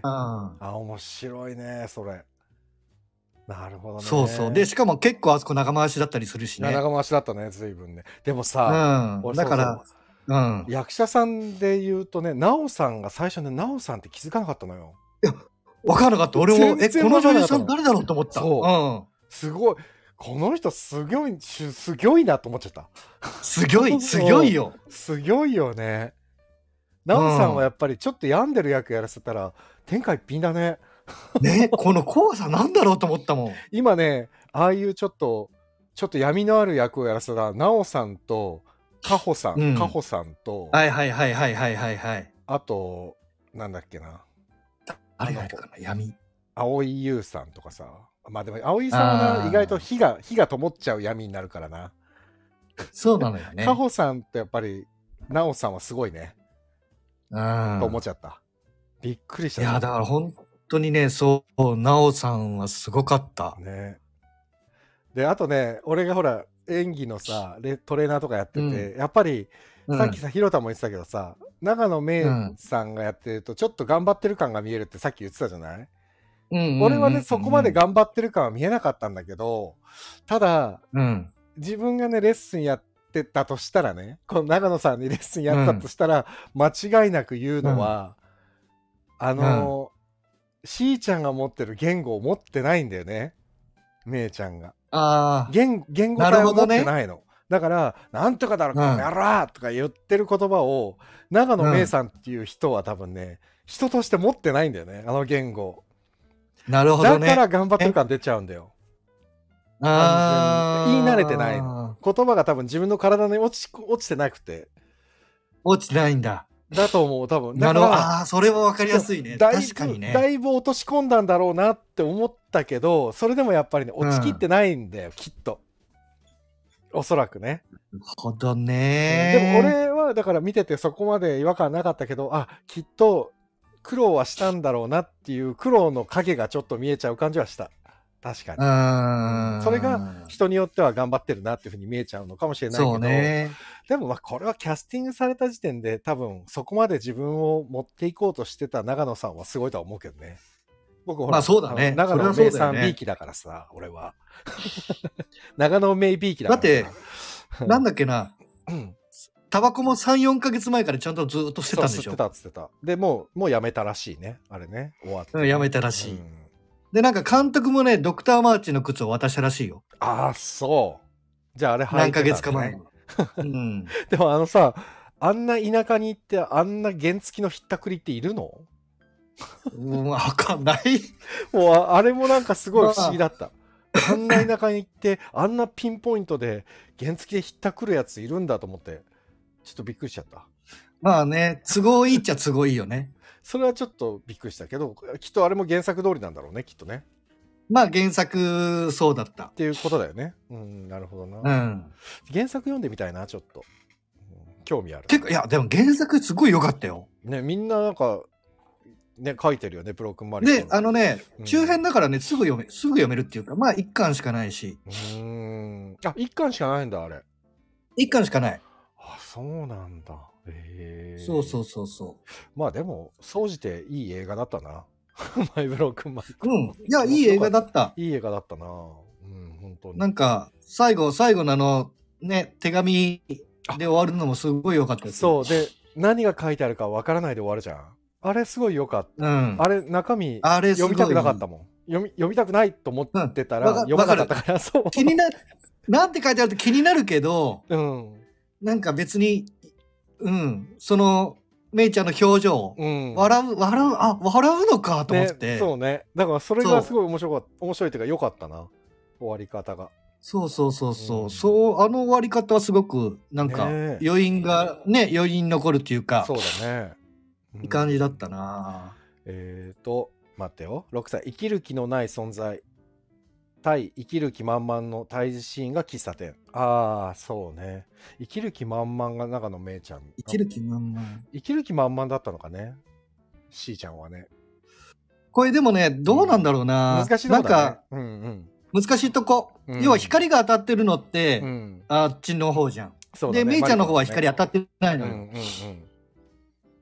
Speaker 1: え
Speaker 2: うん
Speaker 1: あ面白いねそれなるほどね
Speaker 2: そうそう。で、しかも結構あそこ長回しだったりするしね。う
Speaker 1: 長
Speaker 2: ん。
Speaker 1: 回しだったね随分ねでもさ、俺
Speaker 2: だ
Speaker 1: そうそ
Speaker 2: か
Speaker 1: う
Speaker 2: ら、うん。
Speaker 1: 役者さんで言うとね奈緒さんが最初ね奈緒さんって気づかなかったのよ
Speaker 2: わからなかった。俺
Speaker 1: 全
Speaker 2: も、え、
Speaker 1: 然
Speaker 2: この
Speaker 1: わか
Speaker 2: 女
Speaker 1: らなかっ
Speaker 2: 優
Speaker 1: た
Speaker 2: さ
Speaker 1: の
Speaker 2: ん誰だろうと思った。。
Speaker 1: そうすごい。この人すごい、しすごいなと思っちゃった。
Speaker 2: ん。すご
Speaker 1: そ
Speaker 2: い、
Speaker 1: う
Speaker 2: すごいよ。
Speaker 1: すごいよね。ナオさんはやっぱりちょっと病んでる役やらせたら、天下一品だね。
Speaker 2: ね、この怖さなんだろうと思ったもん。
Speaker 1: 今ね、ああいうちょっと、ちょっと闇のある役をやらせたら、ナオさんと、カホさ
Speaker 2: うん
Speaker 1: ん、カホさんと、
Speaker 2: はいはいはいはいはいはいはい。
Speaker 1: あと、なんだっけな、
Speaker 2: あれがいるかな、闇。
Speaker 1: 蒼井優さんとかさ。まあでも、蒼井さんは
Speaker 2: あ
Speaker 1: な
Speaker 2: ー
Speaker 1: 意外と火が、火が灯っちゃう闇になるからな。
Speaker 2: そうなの よね
Speaker 1: カ。ホさんってやっぱり、ナオさんはすごいね、
Speaker 2: うん
Speaker 1: と思っちゃった。びっくりし
Speaker 2: い
Speaker 1: た。
Speaker 2: や、だから本当にね、そう、なおさんはすごかった。
Speaker 1: ねであとね俺がほら演技のさレトレーナーとかやってて、やっぱりさっきさ、ひろたも言ってたけどさ永野芽郁さんがやってるとちょっと頑張ってる感が見えるってさっき言ってたじゃない、俺はねそこまで
Speaker 2: が
Speaker 1: 頑張ってる感は見えなかったんだけどただ
Speaker 2: うん。
Speaker 1: 自分がねレッスンやってたとしたらねこの長野さんにレッスンやったとしたら、間違いなく言うのは、あの、しーちゃんが持ってる言語を持ってないんだよねめいちゃんが。
Speaker 2: ああ。
Speaker 1: 言言語
Speaker 2: な
Speaker 1: 体
Speaker 2: る
Speaker 1: を
Speaker 2: ほ
Speaker 1: 持っ
Speaker 2: どね
Speaker 1: てないの、だから「なんとかだろ
Speaker 2: うん
Speaker 1: この野郎!」とか言ってる言葉を長野芽郁さんっていう人は多分ね、人として持ってないんだよねあの言語、
Speaker 2: なるほど
Speaker 1: だ
Speaker 2: ね。
Speaker 1: から頑張ってる感出ちゃうんだよ
Speaker 2: あー
Speaker 1: 言い慣れてないの。言葉が多分自分の体に落ち落ちてなくて
Speaker 2: 落ちてないんだ。
Speaker 1: だと思う多分
Speaker 2: な
Speaker 1: だ
Speaker 2: る
Speaker 1: か
Speaker 2: ほ
Speaker 1: ら
Speaker 2: ど。ああ、それはわかりやすいね。
Speaker 1: だいぶ
Speaker 2: 確かに
Speaker 1: だ
Speaker 2: ね。
Speaker 1: いぶ落とし込んだんだろうなって思ったけどそれでもやっぱりね落ちきってないんだよ、きっとおそらくね
Speaker 2: なるほど
Speaker 1: でも
Speaker 2: ね。
Speaker 1: 俺はだから見ててそこまで違和感なかったけどあきっと苦労はしたんだろうなっていう苦労の影がちょっと見えちゃう感じはした確かに
Speaker 2: あー
Speaker 1: それが人によっては頑張ってるなっていうふうに見えちゃうのかもしれないけ
Speaker 2: そ
Speaker 1: ど、
Speaker 2: うね。
Speaker 1: でもまあこれはキャスティングされた時点で多分そこまで自分を持っていこうとしてた長野さんはすごいとは思うけどね僕ほら、
Speaker 2: まあそうだね
Speaker 1: あの長野
Speaker 2: そ
Speaker 1: 名
Speaker 2: れはそうだよ
Speaker 1: 産
Speaker 2: ね
Speaker 1: B 期だからさ、俺は 長野名 B 期だから
Speaker 2: だ
Speaker 1: て
Speaker 2: なん
Speaker 1: だ
Speaker 2: だっけな、
Speaker 1: うん
Speaker 2: タバコも3、4ヶ月前からちゃんとずっとして
Speaker 1: そう
Speaker 2: たんでし
Speaker 1: 吸って。
Speaker 2: ょ
Speaker 1: た吸ってたでもうもうやめたらしいねあれね終わって、
Speaker 2: うんやめたらしい
Speaker 1: うん
Speaker 2: で、なんか監督もね、ドクター・マーチンの靴を渡したらしいよ。
Speaker 1: ああそうじゃああれ
Speaker 2: 何
Speaker 1: 履いてた
Speaker 2: ヶ
Speaker 1: んだね
Speaker 2: 月か前に。うん。
Speaker 1: でもあのさあんな田舎に行ってあんな原付きのひったくりっているの
Speaker 2: うん、わかんない。
Speaker 1: もうああれもなんかすごい不思議だった。あんな田舎に行って、あんなピンポイントで原付でひったくるやついるんだと思って、ちょっとびっくりしちゃった。
Speaker 2: まあね、都合いいっちゃ都合いいよね。
Speaker 1: それはちょっとびっくりしたけど、きっとあれも原作通りなんだろうね、きっとね。
Speaker 2: まあ原作、そうだった
Speaker 1: っ。ていうことだよね。うん、なるほどな。
Speaker 2: うん。
Speaker 1: 原作読んでみたいな、ちょっと。うん興味ある。
Speaker 2: 結構、いや、でも原作すごい良かったよ。
Speaker 1: ね、みんななんか、ね、書いてるよね、ブロークンマリコ
Speaker 2: で、あのね
Speaker 1: う、ん
Speaker 2: 中編だからね、すぐ読め、すぐ読めるっていうか、まあ1巻しかないし、
Speaker 1: うーん。あ、一巻しかないんだ、あれ。
Speaker 2: 1巻しかない。
Speaker 1: あ、そうなんだ。へえ。
Speaker 2: そうそうそうそ
Speaker 1: まあでも、総じていい映画だったな。 マイブロックンマイ
Speaker 2: う。うん。いや、いい映画だった。
Speaker 1: いい映画だったな。うん、本当に。
Speaker 2: なんか、最後、最後のあの、ね、手紙で終わるのもすごい良かったです。
Speaker 1: そう、で、何が書いてあるかわからないで終わるじゃん。あれすごい良かっ
Speaker 2: う。うん
Speaker 1: た。。あれ、中身、
Speaker 2: あれすご
Speaker 1: 読み
Speaker 2: い
Speaker 1: たくなかったもん。読み読みたくないと思ってた
Speaker 2: う
Speaker 1: ら、
Speaker 2: んわか
Speaker 1: 読まなかったから、 そう。
Speaker 2: 気になる、なんて書いてあると気になるけど、
Speaker 1: うん。
Speaker 2: なんか別に、うん、その、めいちゃんの表情、
Speaker 1: うん。
Speaker 2: 笑う、笑う、あ、笑うのかと思って、
Speaker 1: ね、そうね。だから、それ
Speaker 2: そ
Speaker 1: が
Speaker 2: う
Speaker 1: すごい面白かった。面白いというか、良かったな。終わり方が。
Speaker 2: そうそうそうそう、
Speaker 1: うん
Speaker 2: そう、あの終わり方はすごく、なんか
Speaker 1: ね、え
Speaker 2: 余韻が、ね、余韻残るっていうか
Speaker 1: そ、うだね。うん
Speaker 2: いい感じだったな
Speaker 1: えーと、待ってよ。6歳、生きる気のない存在。対生きる気満々の対峙シーンが喫茶店。ああ、そうね。生きる気満々が長野めいちゃん。
Speaker 2: 生きる気満々。
Speaker 1: 生きる気満々だったのかね。しーちゃんはね。
Speaker 2: これでもね、どうなんだろうな、
Speaker 1: 難しいと
Speaker 2: な
Speaker 1: こ
Speaker 2: ん
Speaker 1: だね
Speaker 2: か、。
Speaker 1: うんうん。
Speaker 2: 難しいとこ、
Speaker 1: うん
Speaker 2: 要は光が当たってるのって、
Speaker 1: うん。
Speaker 2: あっちの方じゃん。
Speaker 1: そうだ
Speaker 2: で、
Speaker 1: ね
Speaker 2: めいちゃんの方
Speaker 1: マ
Speaker 2: は
Speaker 1: リコね
Speaker 2: 光当たってないの
Speaker 1: う
Speaker 2: よ。
Speaker 1: んうん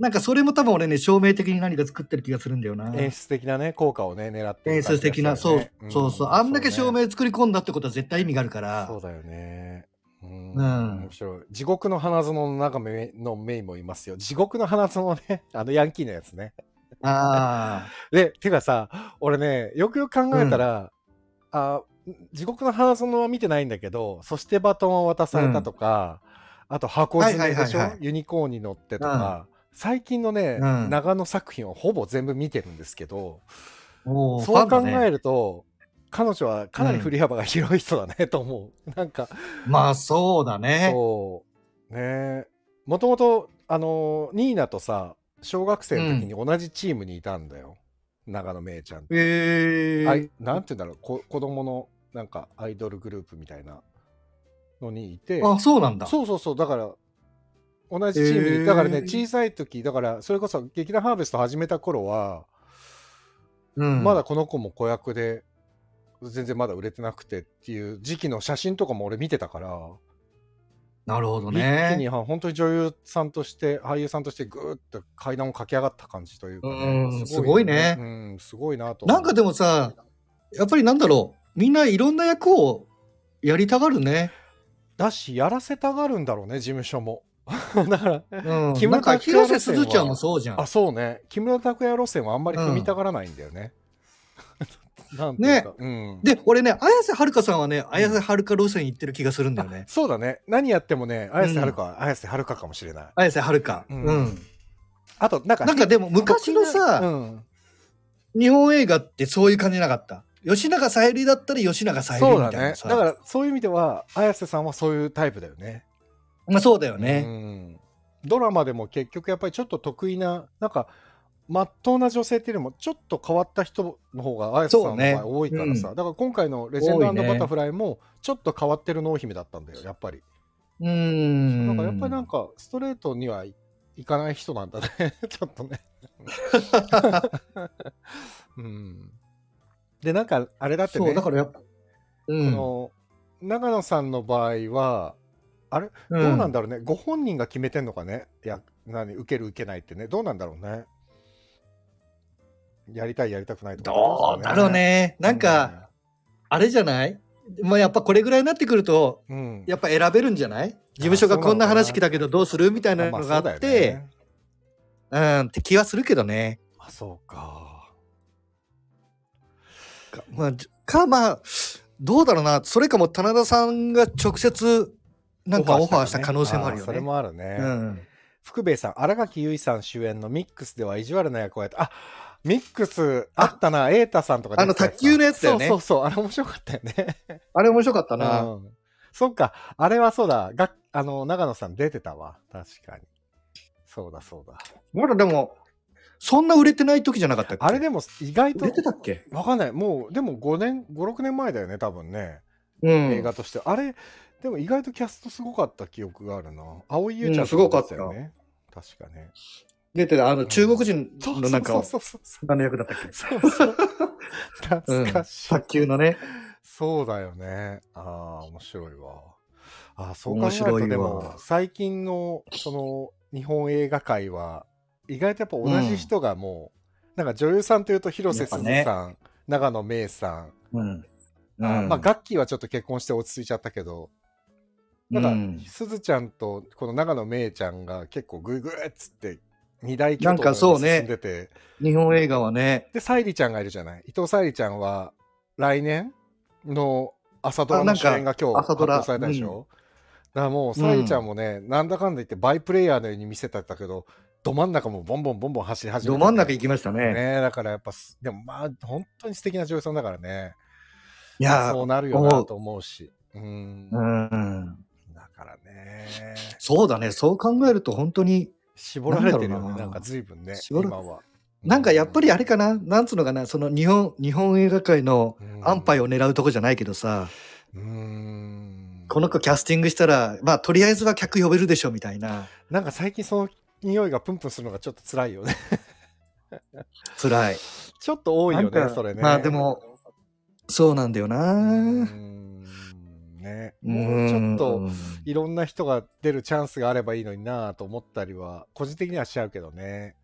Speaker 2: なんかそれも多分俺ね、照明的に何か作ってる気がするんだよな
Speaker 1: うん。。演出的なね、効果をね、狙って
Speaker 2: 演
Speaker 1: る感
Speaker 2: 出
Speaker 1: じがし
Speaker 2: 的
Speaker 1: たよ
Speaker 2: な、
Speaker 1: ね
Speaker 2: そう、そうそう。あんだけ照
Speaker 1: そうね
Speaker 2: 明作り込んだってことは絶対意味があるから。
Speaker 1: そうだよね。うん
Speaker 2: うん
Speaker 1: 面白い。地獄の花園の中めのメイもいますよ。地獄の花園ね、 あのヤンキーのやつね。
Speaker 2: ああ。
Speaker 1: で、てかさ、俺ね、よくよく考えたら、あ地獄の花園は見てないんだけど、そしてバトンを渡されたとか、あと箱詰めでしょ、
Speaker 2: はいはいはいはい
Speaker 1: ユニコーンに乗ってとか、最近のね、
Speaker 2: うん
Speaker 1: 長野作品をほぼ全部見てるんですけど、
Speaker 2: も
Speaker 1: そう考え
Speaker 2: る。
Speaker 1: ると、彼女はかなり振り幅が広い人だね、 と思う。なんか、
Speaker 2: まあそうだね。
Speaker 1: そうねもともとあのーニーナとさ小学生の時に同じチームにいたんだよ、長野めいちゃんって、
Speaker 2: ええー。
Speaker 1: あいなんて言うんだろうこ子供のなんかアイドルグループみたいなのにいて
Speaker 2: あ、そうなんだ。
Speaker 1: そうそうそうだから同じチームに、
Speaker 2: へー
Speaker 1: だからね小さい時だからそれこそ劇団ハーベスト始めた頃は、
Speaker 2: うん。
Speaker 1: まだ。この子も子役で全然まだ売れてなくてっていう時期の写真とかも俺見てたから
Speaker 2: なるほど
Speaker 1: 一気に
Speaker 2: ね。
Speaker 1: は本当に女優さんとして俳優さんとしてぐーっと階段を駆け上がった感じというか、
Speaker 2: うんすごいね
Speaker 1: うん、すごいなと思う
Speaker 2: なんかでもさ、やっぱりなんだろう。みんないろんな役をやりたがるね。
Speaker 1: だしやらせたがるんだろうね事務所 もだから
Speaker 2: う ん。
Speaker 1: 木村
Speaker 2: なんか
Speaker 1: 拓哉
Speaker 2: 広
Speaker 1: 路線は
Speaker 2: 瀬すずちゃんもそうじゃん
Speaker 1: あ。そうね木村拓哉路線はあんまり踏みたがらないんだよ ね、なんていうか、うん
Speaker 2: で、俺ね、綾瀬はるかさんはね、綾瀬はるか路線行ってる気がするんだよね。
Speaker 1: そうだね何やってもね綾瀬はるかは、綾瀬はるかかもしれない
Speaker 2: 綾瀬はるか。
Speaker 1: う
Speaker 2: うんん。
Speaker 1: あとなんか
Speaker 2: なんかでも昔のさ、
Speaker 1: うん
Speaker 2: 日本映画ってそういう感じなかった。吉永小百合だったら吉永小百
Speaker 1: そう
Speaker 2: 合
Speaker 1: だ
Speaker 2: みたい
Speaker 1: ね
Speaker 2: なさ。
Speaker 1: だからそういう意味では綾瀬さんはそういうタイプだよね
Speaker 2: まあそうだよ
Speaker 1: う
Speaker 2: ね。
Speaker 1: ん、ドラマでも結局やっぱりちょっと得意ななんかまっとうな女性っていうよりもちょっと変わった人の方が綾瀬さ
Speaker 2: そうん
Speaker 1: の
Speaker 2: ね
Speaker 1: 場合多いからさ、
Speaker 2: う
Speaker 1: だから今回の「レジェンド
Speaker 2: 多いね
Speaker 1: バタフライ」もちょっと変わってる濃姫だったんだよやっぱり、
Speaker 2: うー
Speaker 1: なん
Speaker 2: ん。
Speaker 1: かやっぱりなんかストレートにはい行かない人なんだね。 ちょっとね。うん。で、なんか、あれだってね。
Speaker 2: そう、だからやっぱ、う
Speaker 1: そ
Speaker 2: ん、
Speaker 1: の長野さんの場合はあれど
Speaker 2: う
Speaker 1: うなんだろうね、ご本人が決めてんのかねいや何受ける受けないってねどうなんだろうねやりたいやりたくないとか
Speaker 2: どうだろうね。なんか、、あれじゃないまあやっぱこれぐらいになってくると、
Speaker 1: うんうん
Speaker 2: やっぱ選べるんじゃない事務所がこんな話来たけどどうするみたいなのがあ
Speaker 1: ま
Speaker 2: っ
Speaker 1: そうだよ
Speaker 2: て、
Speaker 1: ね
Speaker 2: うん、って気はするけどね。
Speaker 1: あそうか
Speaker 2: かまあ、じか、まあ、どうだろうな。それかも棚田さんが直接、なんかオファーした可能性もあるよね。
Speaker 1: それもあるね、
Speaker 2: うん。
Speaker 1: 福兵衛さん新垣結衣さん主演のミックスでは意地悪な役をやったあミックスあったな瑛太さんとか出てたやつ
Speaker 2: あの卓球のやつだよね
Speaker 1: そうそうそうあれ面白かったよね
Speaker 2: あれ面白かったな。
Speaker 1: うん、そっか、あれはそうだ、があの長野さん出てたわ、確かに。そうだそうだ。
Speaker 2: まだでも、そんな売れてない時じゃなかったっけ
Speaker 1: あれでも意外
Speaker 2: 売
Speaker 1: と
Speaker 2: れ、てたっけ
Speaker 1: わかんない、もうでも5年、5、6年前だよね、多分ね、
Speaker 2: うん。
Speaker 1: 映画として。あれ、でも意外とキャストすごかった記憶があるな。青井優ちゃ
Speaker 2: うんんすごかった
Speaker 1: よね。確かね。
Speaker 2: 出てた、あの、中国人のなんか、
Speaker 1: そうそうそうそう。
Speaker 2: あの役だったっけ
Speaker 1: そう そう懐かしい、
Speaker 2: 卓球のね。
Speaker 1: そうだよね。ああ、面白いわ。ああ、そう考
Speaker 2: 面
Speaker 1: える
Speaker 2: 白い
Speaker 1: と、
Speaker 2: わ
Speaker 1: でも、最近の、その、日本映画界は、意外とやっぱ同じ人がもう、なんか女優さんというと、広瀬すず
Speaker 2: やっ
Speaker 1: さん、長野芽郁さん、
Speaker 2: うん。
Speaker 1: あーまあ、
Speaker 2: が
Speaker 1: ガッキーはちょっと結婚して落ち着いちゃったけど、なんか、すずちゃんと、この長野芽郁ちゃんが結構グイグイっつって、二大巨頭
Speaker 2: なんかそうね
Speaker 1: 進んでて、
Speaker 2: 日本映画はね、
Speaker 1: で、沙莉ちゃんがいるじゃない。伊藤沙莉ちゃんは、来年の朝ドラ
Speaker 2: あ
Speaker 1: の
Speaker 2: なん
Speaker 1: 主
Speaker 2: か
Speaker 1: 演が今日
Speaker 2: 朝
Speaker 1: 発
Speaker 2: ドラ
Speaker 1: 表されたでしょ。だからもう、沙莉ちゃんもね、なんだかんだ言って、バイプレイヤーのように見せたんだけど、ど真ん中もボンボンボンボン走り始めて
Speaker 2: ど
Speaker 1: て
Speaker 2: 真ん中行きましたね。
Speaker 1: ね。だからやっぱす、でもまあ、本当に素敵な女優さんだからね。
Speaker 2: いや
Speaker 1: そう
Speaker 2: ー、
Speaker 1: なるよなと思うし。うん。
Speaker 2: うん。
Speaker 1: だからね。
Speaker 2: そうだね。そう考えると本当に、
Speaker 1: 絞られてるよ
Speaker 2: なんだろう
Speaker 1: ね。
Speaker 2: な
Speaker 1: なんか随分ね、
Speaker 2: 絞ら
Speaker 1: 今は。
Speaker 2: なんかやっぱりあれ
Speaker 1: か、
Speaker 2: かな、なんつうのかな、その日本、日本映画界の安牌
Speaker 1: を。
Speaker 2: を狙うとこじゃないけどさ、
Speaker 1: うん。
Speaker 2: この子キャスティングしたら、まあとりあえずは客呼べるでしょみたいな、
Speaker 1: なんか最近その匂いがプンプンするのがちょっと辛いよ ね。
Speaker 2: 辛い。
Speaker 1: ちょっと多いよ
Speaker 2: な
Speaker 1: ね
Speaker 2: ん、か
Speaker 1: それね。
Speaker 2: まあでも、そうなんだよ
Speaker 1: うー
Speaker 2: な。
Speaker 1: ん、ね。
Speaker 2: う
Speaker 1: もうんちょっと、いろんな人が出るチャンスがあればいいのになぁと思ったりは、個人的にはしちゃうけどね。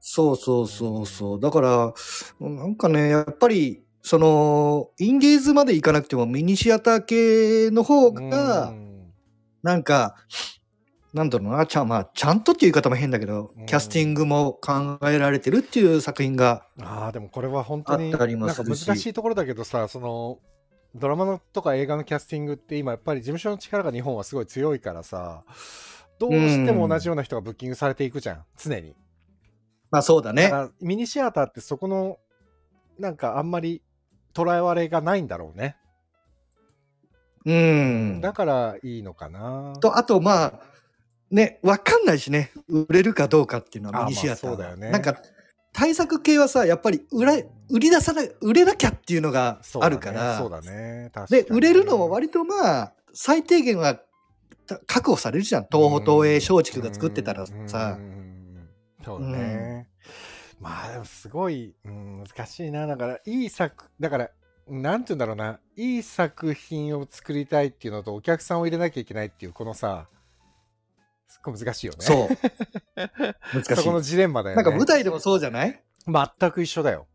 Speaker 2: そうそうそうそう。だから、なんかね、やっぱり、その、インディーズまで行かなくても、ミニシアター系の方
Speaker 1: う
Speaker 2: が、
Speaker 1: ん
Speaker 2: なんか、なんだろうな、ちゃん、まあ、ちゃんとっていう言い方も変だけど
Speaker 1: うん、
Speaker 2: キャスティングも考えられてるっていう作品が、
Speaker 1: ああ、でもこれは本当に、
Speaker 2: あったり
Speaker 1: なん
Speaker 2: も
Speaker 1: か
Speaker 2: する
Speaker 1: 難
Speaker 2: し
Speaker 1: しいところだけどさ、その、ドラマのとか映画のキャスティングって今やっぱり事務所の力が日本はすごい強いからさ、どうしても同じような人がブッキングされていくじゃん、常に。
Speaker 2: まあそうだね
Speaker 1: だか。らミニシアターってそこのなんかあんまり捉えわれがないんだろうね、
Speaker 2: うん。
Speaker 1: だからいいのかな
Speaker 2: と、あと、まあ、ね、わかんないしね、売れるかどうかっていうの
Speaker 1: あ
Speaker 2: はミニシアターは。
Speaker 1: まあそうだよね
Speaker 2: なんか、対策系はさ、やっぱり売ら、売り出さな、売れなきゃっていうのが
Speaker 1: そうだ
Speaker 2: あ
Speaker 1: ね
Speaker 2: るから、
Speaker 1: そうだね確か
Speaker 2: で
Speaker 1: に
Speaker 2: 売れるのは割とまあ最低限はた確保されるじゃん東宝東映松竹が作ってたらさ
Speaker 1: うんうんうんそうだね、まあでもすごい、うん、難しいなだからいい作だからなんて言うんだろうないい作品を作りたいっていうのとお客さんを入れなきゃいけないっていうこのさすっごい難しいよね
Speaker 2: そう難し
Speaker 1: そこの
Speaker 2: い
Speaker 1: ジレンマだよ
Speaker 2: な
Speaker 1: ね
Speaker 2: んか舞台でもそうじゃない
Speaker 1: 全く一緒だよ。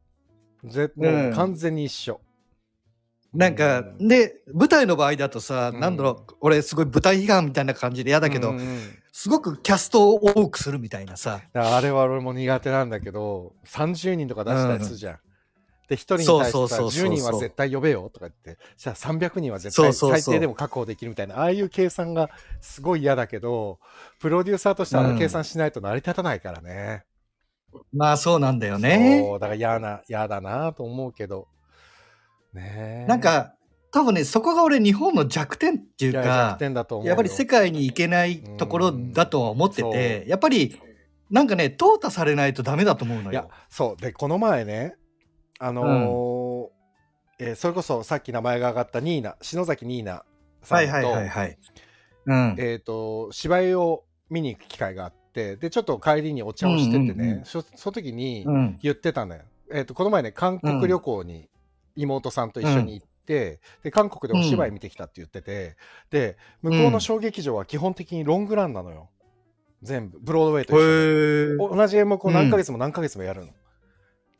Speaker 1: ぜも
Speaker 2: う
Speaker 1: うん完全に一緒。
Speaker 2: なんか
Speaker 1: うん
Speaker 2: で舞台の場合だとさ
Speaker 1: うん
Speaker 2: なんだろう俺すごい舞台批判みたいな感じで嫌だけ
Speaker 1: うん
Speaker 2: ど
Speaker 1: うん
Speaker 2: すごくキャストを多くするみたいなさ
Speaker 1: だからあれは俺も苦手なんだけど、30人とか出したりするじゃん。で、1人に対
Speaker 2: そう
Speaker 1: してさ
Speaker 2: そうそうそう
Speaker 1: 10人は絶対呼べよとか言って、じゃあ300人は絶
Speaker 2: そ
Speaker 1: 対
Speaker 2: うそうそう
Speaker 1: 最低でも確保できるみたいな、ああいう計算がすごい嫌だけど、プロデューサーとしてあの計算しないと成り立たないからね。
Speaker 2: まあそうなんだよね
Speaker 1: そうだから嫌な、嫌だなと思うけど。ねえ
Speaker 2: なん、か多分ねそこが俺日本の弱点ってい
Speaker 1: いうや
Speaker 2: か
Speaker 1: 弱点だと思うよ。
Speaker 2: やっぱり世界に行けないところだとは思って
Speaker 1: う
Speaker 2: て
Speaker 1: ん、
Speaker 2: やっぱりなんかね、淘汰されないとダメだと思うの
Speaker 1: いや
Speaker 2: よ。
Speaker 1: そうでこの前ねあのーえーそれこそさっき名前が上がったニーナ篠崎ニーナさんと,、
Speaker 2: はい。うん。
Speaker 1: えー、と芝居を見に行く機会があっってでちょっと帰りにお茶をしててね、
Speaker 2: うんうんうん
Speaker 1: そその時に
Speaker 2: うん。
Speaker 1: 言ってたのよ、えっとこの前ね韓国旅行に妹さんと一緒に行って、で韓国でお芝居見てきたって言ってて、で向こうの小劇場は基本的にロングランなのよ全部ブロードウェイと
Speaker 2: へ
Speaker 1: 一緒にお
Speaker 2: え。
Speaker 1: 同じ演目を何ヶ月も何ヶ月もやるの、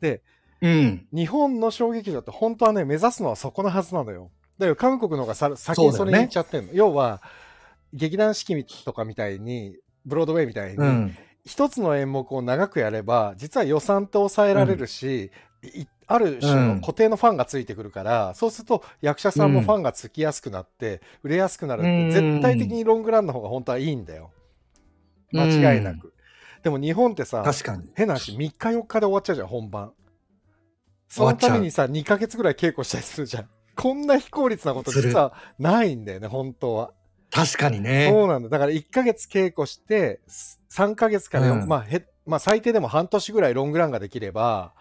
Speaker 1: で
Speaker 2: うん。
Speaker 1: 日本の小劇場って本当はね目指すのはそこのはずなのよだけど韓国の方がさ先に
Speaker 2: そ
Speaker 1: そうれ
Speaker 2: だよ
Speaker 1: に
Speaker 2: ね
Speaker 1: 行っちゃってんの、要は劇団四季とかみたいにブロードウェイみたいに、
Speaker 2: うん。
Speaker 1: 一つの演目を長くやれば実は予算って抑えられるし、いある種
Speaker 2: う
Speaker 1: の
Speaker 2: ん
Speaker 1: 固定のファンがついてくるから、そうすると役者さんもファンがつきやすくなって、売れやすくなるって
Speaker 2: うん
Speaker 1: 絶対的にロングランの方が本当はいいんだよ間違いなく、でも日本ってさ
Speaker 2: 確かに。
Speaker 1: 変な話3日4日で終わっちゃうじゃん本番そのためにさ2ヶ月ぐらい稽古したりするじゃん こんな非効率なこと
Speaker 2: する
Speaker 1: 実はないんだよね本当は
Speaker 2: 確かにね。
Speaker 1: そうなんだ。だから1ヶ月稽古して、す3ヶ月からよ、
Speaker 2: うん
Speaker 1: まあへ、まあ最低でも半年ぐらいロングランができれば、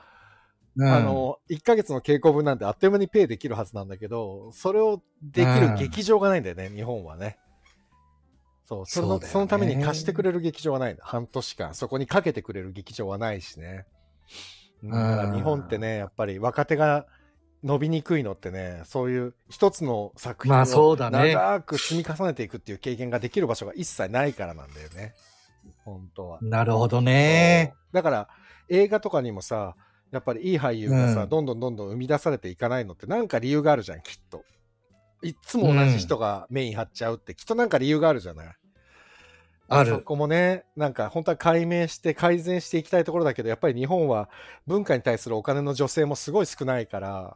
Speaker 2: うん
Speaker 1: あ、の、1ヶ月の稽古分なんてあっという間にペイできるはずなんだけど、それをでき
Speaker 2: う
Speaker 1: る
Speaker 2: ん
Speaker 1: 劇場がないんだよね、日本はね。そう、そ
Speaker 2: そ
Speaker 1: の
Speaker 2: うだよね
Speaker 1: そのために貸してくれる劇場はないんだ。半年間、そこにかけてくれる劇場はないしね。うんだから日本ってね、やっぱり若手が伸びにくいのってね、そういう一つの作品
Speaker 2: まあ
Speaker 1: を
Speaker 2: そうだね
Speaker 1: 長く積み重ねていくっていう経験ができる場所が一切ないからなんだよね。本当は。
Speaker 2: なるほどね。
Speaker 1: だから映画とかにもさやっぱりいい俳優がさ、
Speaker 2: うん
Speaker 1: どんどんどんどん生み出されていかないのってなんか理由があるじゃんきっといっつも同じ人がメイン張っちゃうって、きっとなんか理由があるじゃない
Speaker 2: あ
Speaker 1: そ
Speaker 2: る。
Speaker 1: こもねなんか本当は解明して改善していきたいところだけどやっぱり日本は文化に対するお金の助成もすごい少ないから、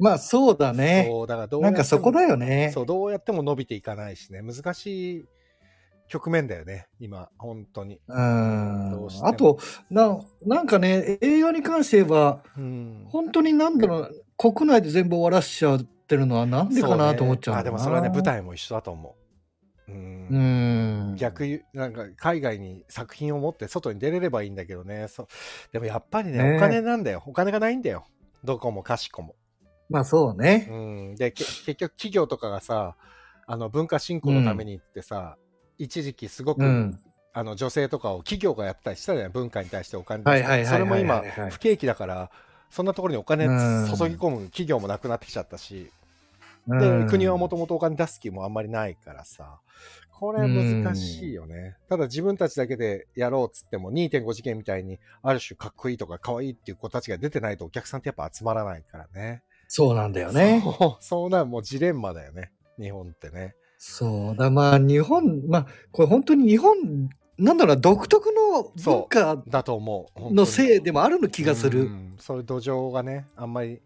Speaker 2: まあそうだね。
Speaker 1: そうだからどうやっ
Speaker 2: なん
Speaker 1: ても
Speaker 2: かそこだよね。
Speaker 1: そうどうやっても伸びていかないしね難しい局面だよね今本当に
Speaker 2: うん
Speaker 1: どうしても
Speaker 2: あとな、なんかね、映画に関して言えば、
Speaker 1: うん
Speaker 2: 本当になんだろう、国内で全部終わらしちゃってるのはなんでかなと思っちゃう
Speaker 1: そねあ
Speaker 2: んだ
Speaker 1: で
Speaker 2: よ
Speaker 1: も
Speaker 2: な
Speaker 1: それはね舞。台も一緒だと思うう
Speaker 2: うんん。
Speaker 1: 逆になんか海外に作品を持って外に出れればいいんだけどねそうでもやっぱりね
Speaker 2: ね
Speaker 1: お金なんだよお金がないんだよどこもかしこも、
Speaker 2: まあそう
Speaker 1: う
Speaker 2: ね。
Speaker 1: ん、 でけ結局企業とかがさあの文化振興のためにってさ、一時期すごく、
Speaker 2: うん。
Speaker 1: あの女性とかを企業がやってたりしたじゃん文化に対してお金出
Speaker 2: は
Speaker 1: し
Speaker 2: い
Speaker 1: て
Speaker 2: はいはい。
Speaker 1: それも今
Speaker 2: はいはいはい
Speaker 1: 不景気だからそんなところにお金
Speaker 2: うん
Speaker 1: 注ぎ込む企業もなくなってきちゃったし、
Speaker 2: う
Speaker 1: で
Speaker 2: ん
Speaker 1: 国はもともとお金出す気もあんまりないからさこれ難しいよね、ただ自分たちだけでやろうっつっても2.5次元みたいにある種かっこいいとか可愛いっていう子たちが出てないとお客さんってやっぱ集まらないからね
Speaker 2: そうなんだよね。
Speaker 1: そうそうなんもうジレンマだよね日本ってね
Speaker 2: そうだ、まあ日本、まあこれ本当に日本、なんだろうな、独特の文化
Speaker 1: だと思う
Speaker 2: のせいで
Speaker 1: も
Speaker 2: もあるの気がする。
Speaker 1: そういう土壌がねあんまり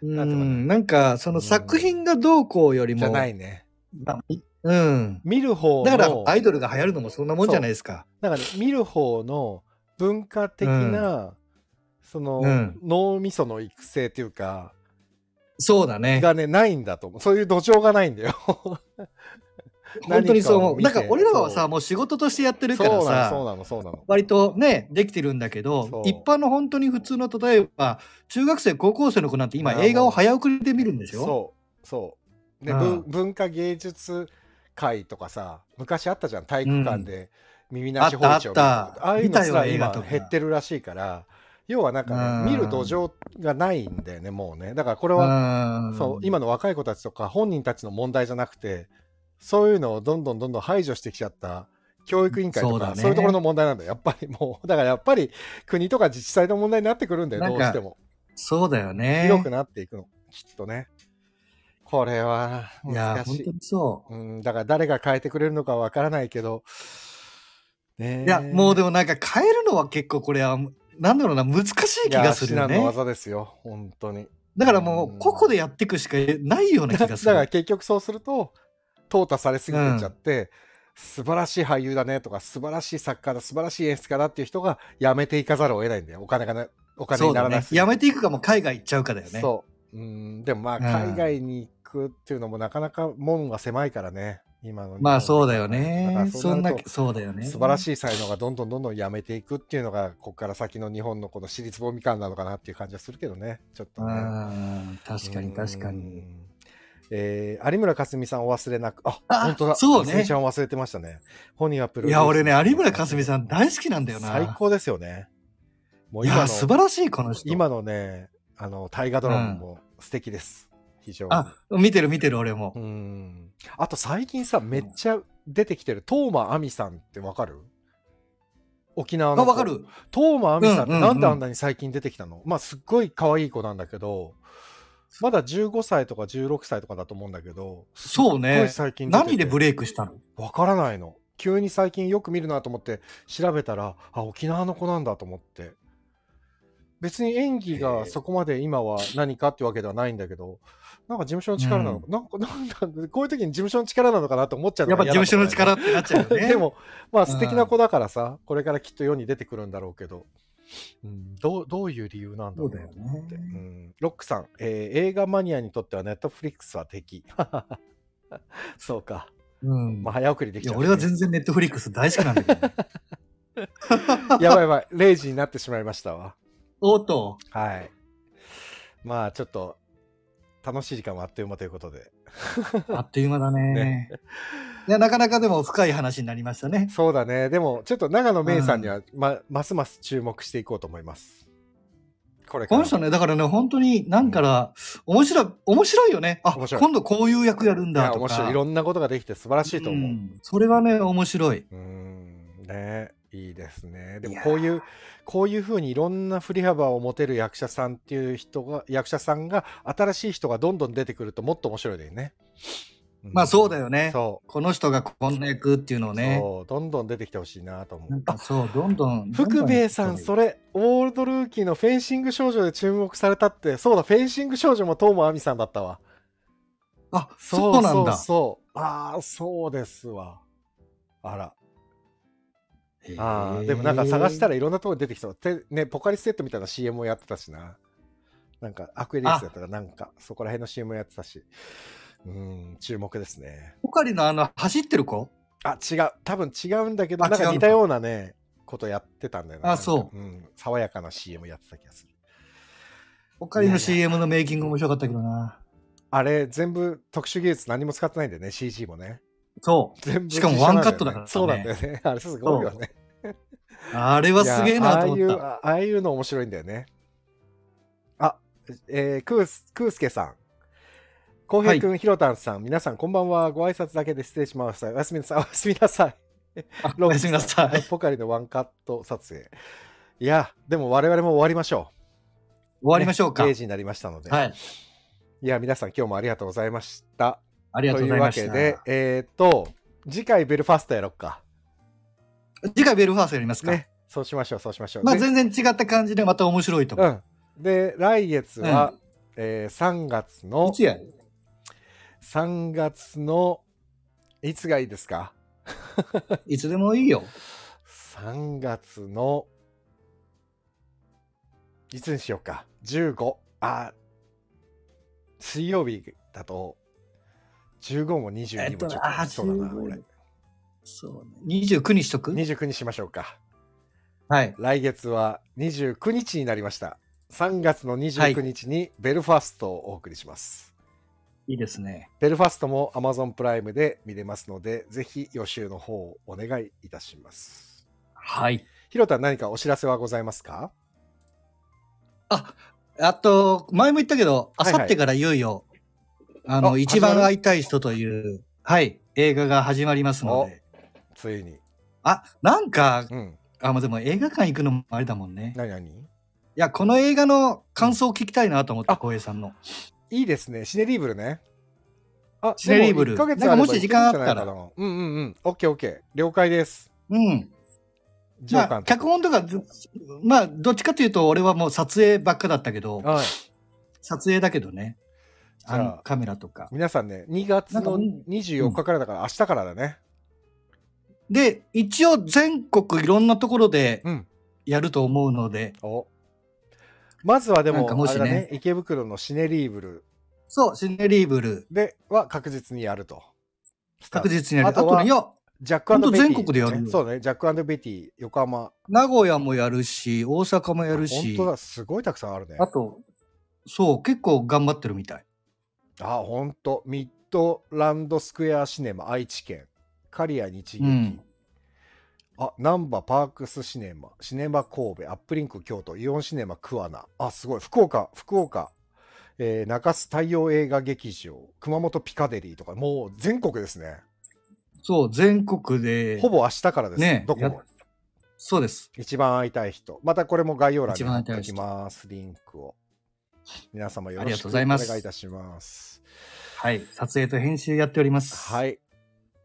Speaker 2: うん、
Speaker 1: なんとかね
Speaker 2: なんかその作品がどうこうより
Speaker 1: じゃ
Speaker 2: も、
Speaker 1: ないね
Speaker 2: まあいうん、
Speaker 1: 見る方の
Speaker 2: だからアイドルが流行るのもそんなもんじゃないですか。
Speaker 1: なんかね、見る方の文化的な、その、
Speaker 2: うん
Speaker 1: 脳みその育成というか、
Speaker 2: そうだ ね。
Speaker 1: がね、ないんだと思う。そういう土壌がないんだ よ。
Speaker 2: 本当にそう思う。
Speaker 1: 何
Speaker 2: なん
Speaker 1: かを
Speaker 2: か
Speaker 1: 見て
Speaker 2: 俺らはさ、もう仕事としてやってるから
Speaker 1: そうなの、そうな
Speaker 2: さ、
Speaker 1: の、そうなの。
Speaker 2: 割とね、できてるんだけ
Speaker 1: そ
Speaker 2: ど
Speaker 1: う、
Speaker 2: 一般の本当に普通の、例えば、中学生、高校生の子なんて今
Speaker 1: いや
Speaker 2: 映画を早送りで見るんでしょ
Speaker 1: そう、そう。で、
Speaker 2: うん
Speaker 1: 文文化芸術会とかさ、昔あったじゃん、体育館で耳なし包丁みいな
Speaker 2: あったあった
Speaker 1: ああいうのすら
Speaker 2: 見たよ映画
Speaker 1: 今
Speaker 2: とか
Speaker 1: 減ってるらしいから、要はなんかね、
Speaker 2: うん
Speaker 1: 見る土壌がないんだよね、もうね。だからこれは
Speaker 2: うん。
Speaker 1: そう今の若い子たちとか本人たちの問題じゃなくてそういうのをどんどんどんどん排除してきちゃった教育委員会とかそう
Speaker 2: そ
Speaker 1: う,、
Speaker 2: だね
Speaker 1: いうところの問題なんだよやっぱりもうだ からやっぱり国とか自治体の問題になってくるんだよ
Speaker 2: なん
Speaker 1: ど
Speaker 2: か
Speaker 1: うしても
Speaker 2: そうだよね。
Speaker 1: 広くなっていくのきっとねこれはい
Speaker 2: や、
Speaker 1: 難
Speaker 2: 本
Speaker 1: しい
Speaker 2: 当にそう。
Speaker 1: うん、だから誰が変えてくれるのかわからないけどねえ
Speaker 2: いや、もうでもなんか変えるのは結構これは、なんだろうな、難しい気がするよ
Speaker 1: いや至難の
Speaker 2: ね。
Speaker 1: 技ですよ本当に
Speaker 2: だからも
Speaker 1: うん
Speaker 2: う、個々でやっていくしかないような気
Speaker 1: だ
Speaker 2: がす
Speaker 1: だから
Speaker 2: る。
Speaker 1: 結局そうすると淘汰されすぎてっちゃって、素晴らしい俳優だねとか素晴らしい作家だ素晴らしい演出家だっていう人が辞めていかざるを得ないんだよお金がなお金
Speaker 2: そ
Speaker 1: に
Speaker 2: う
Speaker 1: なら
Speaker 2: だ
Speaker 1: な
Speaker 2: ね
Speaker 1: く。て
Speaker 2: やめていくかも海外行っちゃうかだよね。
Speaker 1: そううんでもまあ
Speaker 2: うん
Speaker 1: 海外に行くっていうのもなかなか門が狭いからね今の日本
Speaker 2: まあそうだ
Speaker 1: だ
Speaker 2: よ
Speaker 1: か
Speaker 2: ね
Speaker 1: ら。
Speaker 2: そ
Speaker 1: そうんな
Speaker 2: な
Speaker 1: る、と
Speaker 2: そうだよね。
Speaker 1: 素晴らしい才能がどんどんどんどんやめていくっていうのがここから先の日本のこの私立ぼみ感なのかなっていう感じはするけどねちょっとね
Speaker 2: あー確かに確か
Speaker 1: う
Speaker 2: に。
Speaker 1: んえー有村架純さんお忘れなく、あ、
Speaker 2: あ
Speaker 1: 本当だ。
Speaker 2: そうね
Speaker 1: 架純ちゃん忘れてましたね。本人はプロ
Speaker 2: い
Speaker 1: デュー
Speaker 2: や、
Speaker 1: ス
Speaker 2: 俺ね、有村架純さん大好きなんだよな。
Speaker 1: 最高ですよね。もう
Speaker 2: い
Speaker 1: 今の
Speaker 2: や、素晴らしい、この人。
Speaker 1: 今のね、あの、大河ドラマも素敵です。非常に。
Speaker 2: あ、見てる見てる、俺も
Speaker 1: う。ん。あと最近さ、めっちゃ出てきてる、トーマアミさんってわかる沖
Speaker 2: あ、
Speaker 1: 縄の子。
Speaker 2: わかる。
Speaker 1: トーマアミさん、
Speaker 2: うんうんうん
Speaker 1: なんであんなに最近出てきたのまあ、すっごい可愛い子なんだけど、まだ15歳とか16歳とかだと思うんだけど、す
Speaker 2: そう
Speaker 1: っごい
Speaker 2: ね。
Speaker 1: 最近出てて
Speaker 2: 何でブレイクしたの
Speaker 1: わからないの。急に最近よく見るなと思って調べたら、あ、沖縄の子なんだと思って。別に演技
Speaker 2: へ
Speaker 1: が
Speaker 2: え
Speaker 1: そこまで今は何かってわけではないんだけど、なんか事務所の力なのか、
Speaker 2: う
Speaker 1: なんか、なんだ、こういう時に事務所の力なのかなと思っちゃう
Speaker 2: や
Speaker 1: の
Speaker 2: っぱ
Speaker 1: が
Speaker 2: 事
Speaker 1: 嫌だ
Speaker 2: 務所の
Speaker 1: とかね
Speaker 2: 力ってなっちゃうよ ね。
Speaker 1: で、も、まあ
Speaker 2: うん
Speaker 1: 素敵な子だからさ、これからきっと世に出てくるんだろうけど、うん、どうどういう理由なんだ
Speaker 2: そ
Speaker 1: ろ
Speaker 2: う
Speaker 1: う
Speaker 2: だ
Speaker 1: な
Speaker 2: よ
Speaker 1: と思って。う
Speaker 2: ね。
Speaker 1: ん、ロックさん、えー映画マニアにとってはネットフリックスは 敵。そうか。
Speaker 2: うん。
Speaker 1: まあ早送りで
Speaker 2: い
Speaker 1: きちゃう
Speaker 2: や、
Speaker 1: ね、
Speaker 2: 俺は全然ネットフリックス大好きなんだけどね。
Speaker 1: やばいやばい、0時になってしまいましたわ。
Speaker 2: おっと。
Speaker 1: はい。まあちょっと、楽しい時間はあっという間ということで。
Speaker 2: あっという間だね
Speaker 1: ね。
Speaker 2: いや、なかなかでも深い話になりましたね。
Speaker 1: そうだね。でも、ちょっと長野芽郁さんには、ま、ますます注目していこうと思います。これか
Speaker 2: こ
Speaker 1: ら。
Speaker 2: の人ね、だからね、本当になんから、面白い、面白いよね。あ、
Speaker 1: 面白い
Speaker 2: 今度こういう役やるん
Speaker 1: い
Speaker 2: だ
Speaker 1: や、
Speaker 2: とか。
Speaker 1: 面白い。いろんなことができて素晴らしいと思う。うん
Speaker 2: んそれはね、面白い。
Speaker 1: んねいいですね。で
Speaker 2: い
Speaker 1: も
Speaker 2: やー
Speaker 1: こういう、こういうふうにいろんな振り幅を持てる役者さんっていう人が、役者さんが、新しい人がどんどん出てくるともっと面白いだよね。ん
Speaker 2: まあそうだよね。
Speaker 1: そう。
Speaker 2: この人がこんな役っていうのをね。
Speaker 1: そうどんどん出てきてほしいなと思
Speaker 2: なん
Speaker 1: う。
Speaker 2: かそう、どんどん。
Speaker 1: 福兵衛さん、そ
Speaker 2: れ。
Speaker 1: れ、オールドルーキーのフェンシング少女で注目されたって、そうだ、フェンシング少女も東も亜美さんだったわ。
Speaker 2: あ、そうなんだ。
Speaker 1: そうそう。ああ、そうですわ。あら。ああ、でもなんか探した
Speaker 2: ら。
Speaker 1: らいろんなところに出てきそう。てね、ポカリスエットみたいな CM をやってたしな。なんか、アクエリアスだったかなんか、そこら辺の CM をやってたし。うん、注目ですね。
Speaker 2: ポカリのあの、走ってる子
Speaker 1: あ違う多分違うんだけど
Speaker 2: あ
Speaker 1: なん
Speaker 2: 違う
Speaker 1: か
Speaker 2: の
Speaker 1: 似たようなねことやってたんだよな
Speaker 2: あ
Speaker 1: なんか
Speaker 2: そ
Speaker 1: ん、爽やかな CM やってた気がする
Speaker 2: ポカリ
Speaker 1: い
Speaker 2: の
Speaker 1: やいや
Speaker 2: CM のメイキング面白かったけどな。
Speaker 1: あれ全部特殊技術何も使ってないんだよね CG もね
Speaker 2: そう。
Speaker 1: 全部
Speaker 2: しかも
Speaker 1: 一緒なんよね
Speaker 2: ワンカットだからね
Speaker 1: そうなんだよねあれすごいよね
Speaker 2: あれ
Speaker 1: いや
Speaker 2: はすげえなと思った。
Speaker 1: ああいうあああいうの面白いんだよねあえー、クースクースケさん浩平君、ひろたんさん、皆さん、こんばんは。ご挨拶だけで失礼します。おやすみなさい。おやすみなさい。
Speaker 2: あ おやすみなさい。終
Speaker 1: ポカリのワンカット撮影。いや、でも我々も終わりましょう。終
Speaker 2: わりましょうか。
Speaker 1: 0時になりましたので。、
Speaker 2: はいい。
Speaker 1: や、皆さん今日もありがとうございました。
Speaker 2: ありがとうございまし
Speaker 1: という
Speaker 2: た。
Speaker 1: わけで、えっ、と、次回ベルファストやろっか。
Speaker 2: 次回ベルファーストやりますか。
Speaker 1: ね。そうしましょう、そうしましょう。
Speaker 2: まあ
Speaker 1: で
Speaker 2: 全然違った感じでまた面白いと思
Speaker 1: う
Speaker 2: う。
Speaker 1: ん。で、来月は、えー3月
Speaker 2: い
Speaker 1: の、
Speaker 2: つやる
Speaker 1: 3月の、いつがいいですか
Speaker 2: いつでもいいよ。
Speaker 1: ?3 月の、いつにしようか。15。あ、水曜日だと、15も22
Speaker 2: えっ
Speaker 1: も
Speaker 2: と
Speaker 1: ちょっと、
Speaker 2: あー
Speaker 1: そうだな、
Speaker 2: 15
Speaker 1: 俺。
Speaker 2: そうね。29にしとく
Speaker 1: 29にしましょうか。
Speaker 2: はい。
Speaker 1: 来月は29日になりました。3月の29日にベルファストをお送りします。
Speaker 2: いいですね。
Speaker 1: ベルファストも Amazon プライムで見れますので、ぜひ予習の方をお願いいたします。
Speaker 2: はい。
Speaker 1: ひろたん何かお知らせはございますか
Speaker 2: あ、あと、前も言ったけど、あ
Speaker 1: はい
Speaker 2: さ
Speaker 1: はい
Speaker 2: ってからいよいよ、あの、
Speaker 1: あ
Speaker 2: 一番
Speaker 1: 始まる
Speaker 2: 会いたい人という、はい、映画が始まりますので。
Speaker 1: ついに。
Speaker 2: あ、なんか、
Speaker 1: うん。
Speaker 2: あ、まあでも映画館行くのもあれだもんね。
Speaker 1: 何何
Speaker 2: いや、この映画の感想を聞きたいなと思って、
Speaker 1: あ
Speaker 2: 光栄さんの。
Speaker 1: いいですね。シネリーブルね。あ、
Speaker 2: シネリーブル
Speaker 1: でも1ヶ月
Speaker 2: なんかもし
Speaker 1: あれば
Speaker 2: 時間あったら
Speaker 1: いけんじゃないかなうんうんうん。オッケーオッケー。了解です。
Speaker 2: うん。
Speaker 1: ジョー
Speaker 2: ま
Speaker 1: カ
Speaker 2: あ、
Speaker 1: ン
Speaker 2: 脚本とか、ずまあ、どっちかというと、俺はもう撮影ばっかだったけど、
Speaker 1: はい。
Speaker 2: 撮影だけどね。あ
Speaker 1: じゃ
Speaker 2: の
Speaker 1: あ
Speaker 2: カメラとか。
Speaker 1: 皆さんね、2月
Speaker 2: なんかう
Speaker 1: の
Speaker 2: ん
Speaker 1: 24日からだから、明日からだね。
Speaker 2: で、一応全国いろんなところで
Speaker 1: うん。
Speaker 2: やると思うので、
Speaker 1: おまずはで
Speaker 2: なん
Speaker 1: も
Speaker 2: かもし
Speaker 1: あ
Speaker 2: ね
Speaker 1: れだね池袋のシネリーブル
Speaker 2: そう、シネリーブル、
Speaker 1: では確実にやるとスタート
Speaker 2: 確実にやる。
Speaker 1: あ
Speaker 2: あ
Speaker 1: と
Speaker 2: と
Speaker 1: は
Speaker 2: ね、いや、
Speaker 1: ジャック
Speaker 2: ほんと
Speaker 1: ベティ、
Speaker 2: 全国でやるよ
Speaker 1: そうねジャックベティ横浜
Speaker 2: 名古屋もやるし、大阪もやる
Speaker 1: 本
Speaker 2: し
Speaker 1: 当、だすごいたくさんあるね
Speaker 2: あと、そう、結構頑張ってるみたい。
Speaker 1: あ、ほんと。ミッドランドスクエアシネマ愛知県。刈谷日劇。
Speaker 2: うん
Speaker 1: あ、ナンバパークスシネマ、シネマ神戸、アップリンク京都、イオンシネマ桑名。あ、すごい。福岡、福岡。えー中洲太陽映画劇場、熊本ピカデリーとか、もう全国ですね。
Speaker 2: そう、全国で、
Speaker 1: ほぼ明日からです。
Speaker 2: ね
Speaker 1: どこ
Speaker 2: や
Speaker 1: も
Speaker 2: っ。そうです。
Speaker 1: 一番会いたい人。またこれも概要欄に
Speaker 2: 一
Speaker 1: 貼
Speaker 2: 番会
Speaker 1: っ
Speaker 2: いた
Speaker 1: て
Speaker 2: い人
Speaker 1: おきます。リンクを。皆様よ
Speaker 2: あ
Speaker 1: ろ
Speaker 2: り
Speaker 1: しく
Speaker 2: がと
Speaker 1: お
Speaker 2: うございます
Speaker 1: 願いいたします。
Speaker 2: はい。撮影と編集やっております。。
Speaker 1: はいい。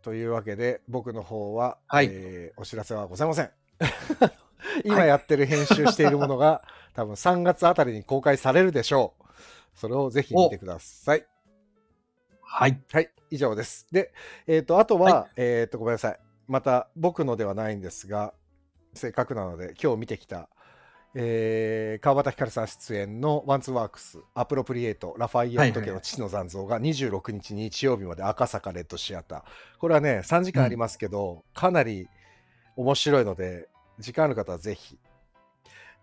Speaker 1: というわけで、僕の方は、
Speaker 2: はい
Speaker 1: えーお知らせはございま せん。今やってる編集しているものが、多分3月あたりに公開されるでしょう。それをぜひ見てください。
Speaker 2: はい。
Speaker 1: はい、以上です。で、えっ、と、あとは、
Speaker 2: は
Speaker 1: えっ、と、ごめんなさい。また、僕のではないんですが、せっかくなので、今日見てきた、えー、川端光さん出演のワンツーワークス、アプロプリエイト、ラファイエット家の父の残像が26日日曜日まで赤坂レッドシアター。これはね、3時間ありますけど、かなり面白いので、時間ある方はぜひ。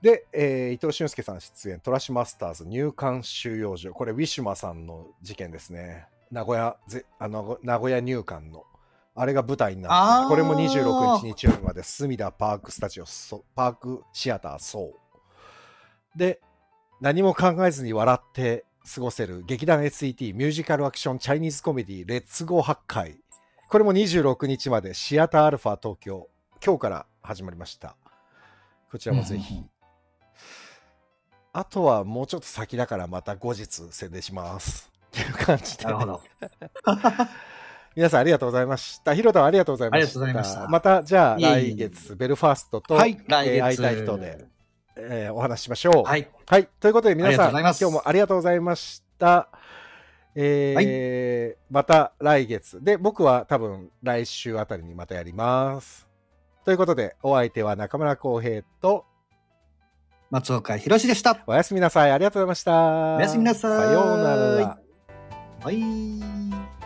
Speaker 1: で、えー伊藤俊介さん出演、トラッシュマスターズ入管収容所。これ、ウィシュマさんの事件ですね。名古屋、ぜあの名古屋入管の。あれが舞台になっ
Speaker 2: あー
Speaker 1: て、これも26日日曜日まで、隅田パークスタジオ、そうパークシアター、そう。で、何も考えずに笑って過ごせる劇団 SET ミュージカルアクションチャイニーズコメディレッツゴー8回これも26日までシアターアルファ東京今日から始まりましたこちらもぜひ、
Speaker 2: うんうんうん
Speaker 1: あとはもうちょっと先だからまた後日宣伝しますっていう感じで
Speaker 2: なるほど。
Speaker 1: 皆さんありがとうございましたひろたんありがとうございました
Speaker 2: ありがとうございました
Speaker 1: たじゃあ
Speaker 2: いえい
Speaker 1: 来
Speaker 2: え
Speaker 1: 月ベルファーストと、
Speaker 2: はい。
Speaker 1: えー会いたい人で、えーお話ししましょう
Speaker 2: はい。
Speaker 1: はい。ということで、皆さ
Speaker 2: あ
Speaker 1: ん、
Speaker 2: りがとうござい
Speaker 1: 今
Speaker 2: ます
Speaker 1: 日もありがとうございました。えーまた来月。で、僕は多分来週あたりにまたやります。ということで、お相手は中村浩平と、
Speaker 2: 松岡弘でした。
Speaker 1: おやすみなさい。ありがとうございました。
Speaker 2: おやすみなさい。
Speaker 1: さようなら。
Speaker 2: はい。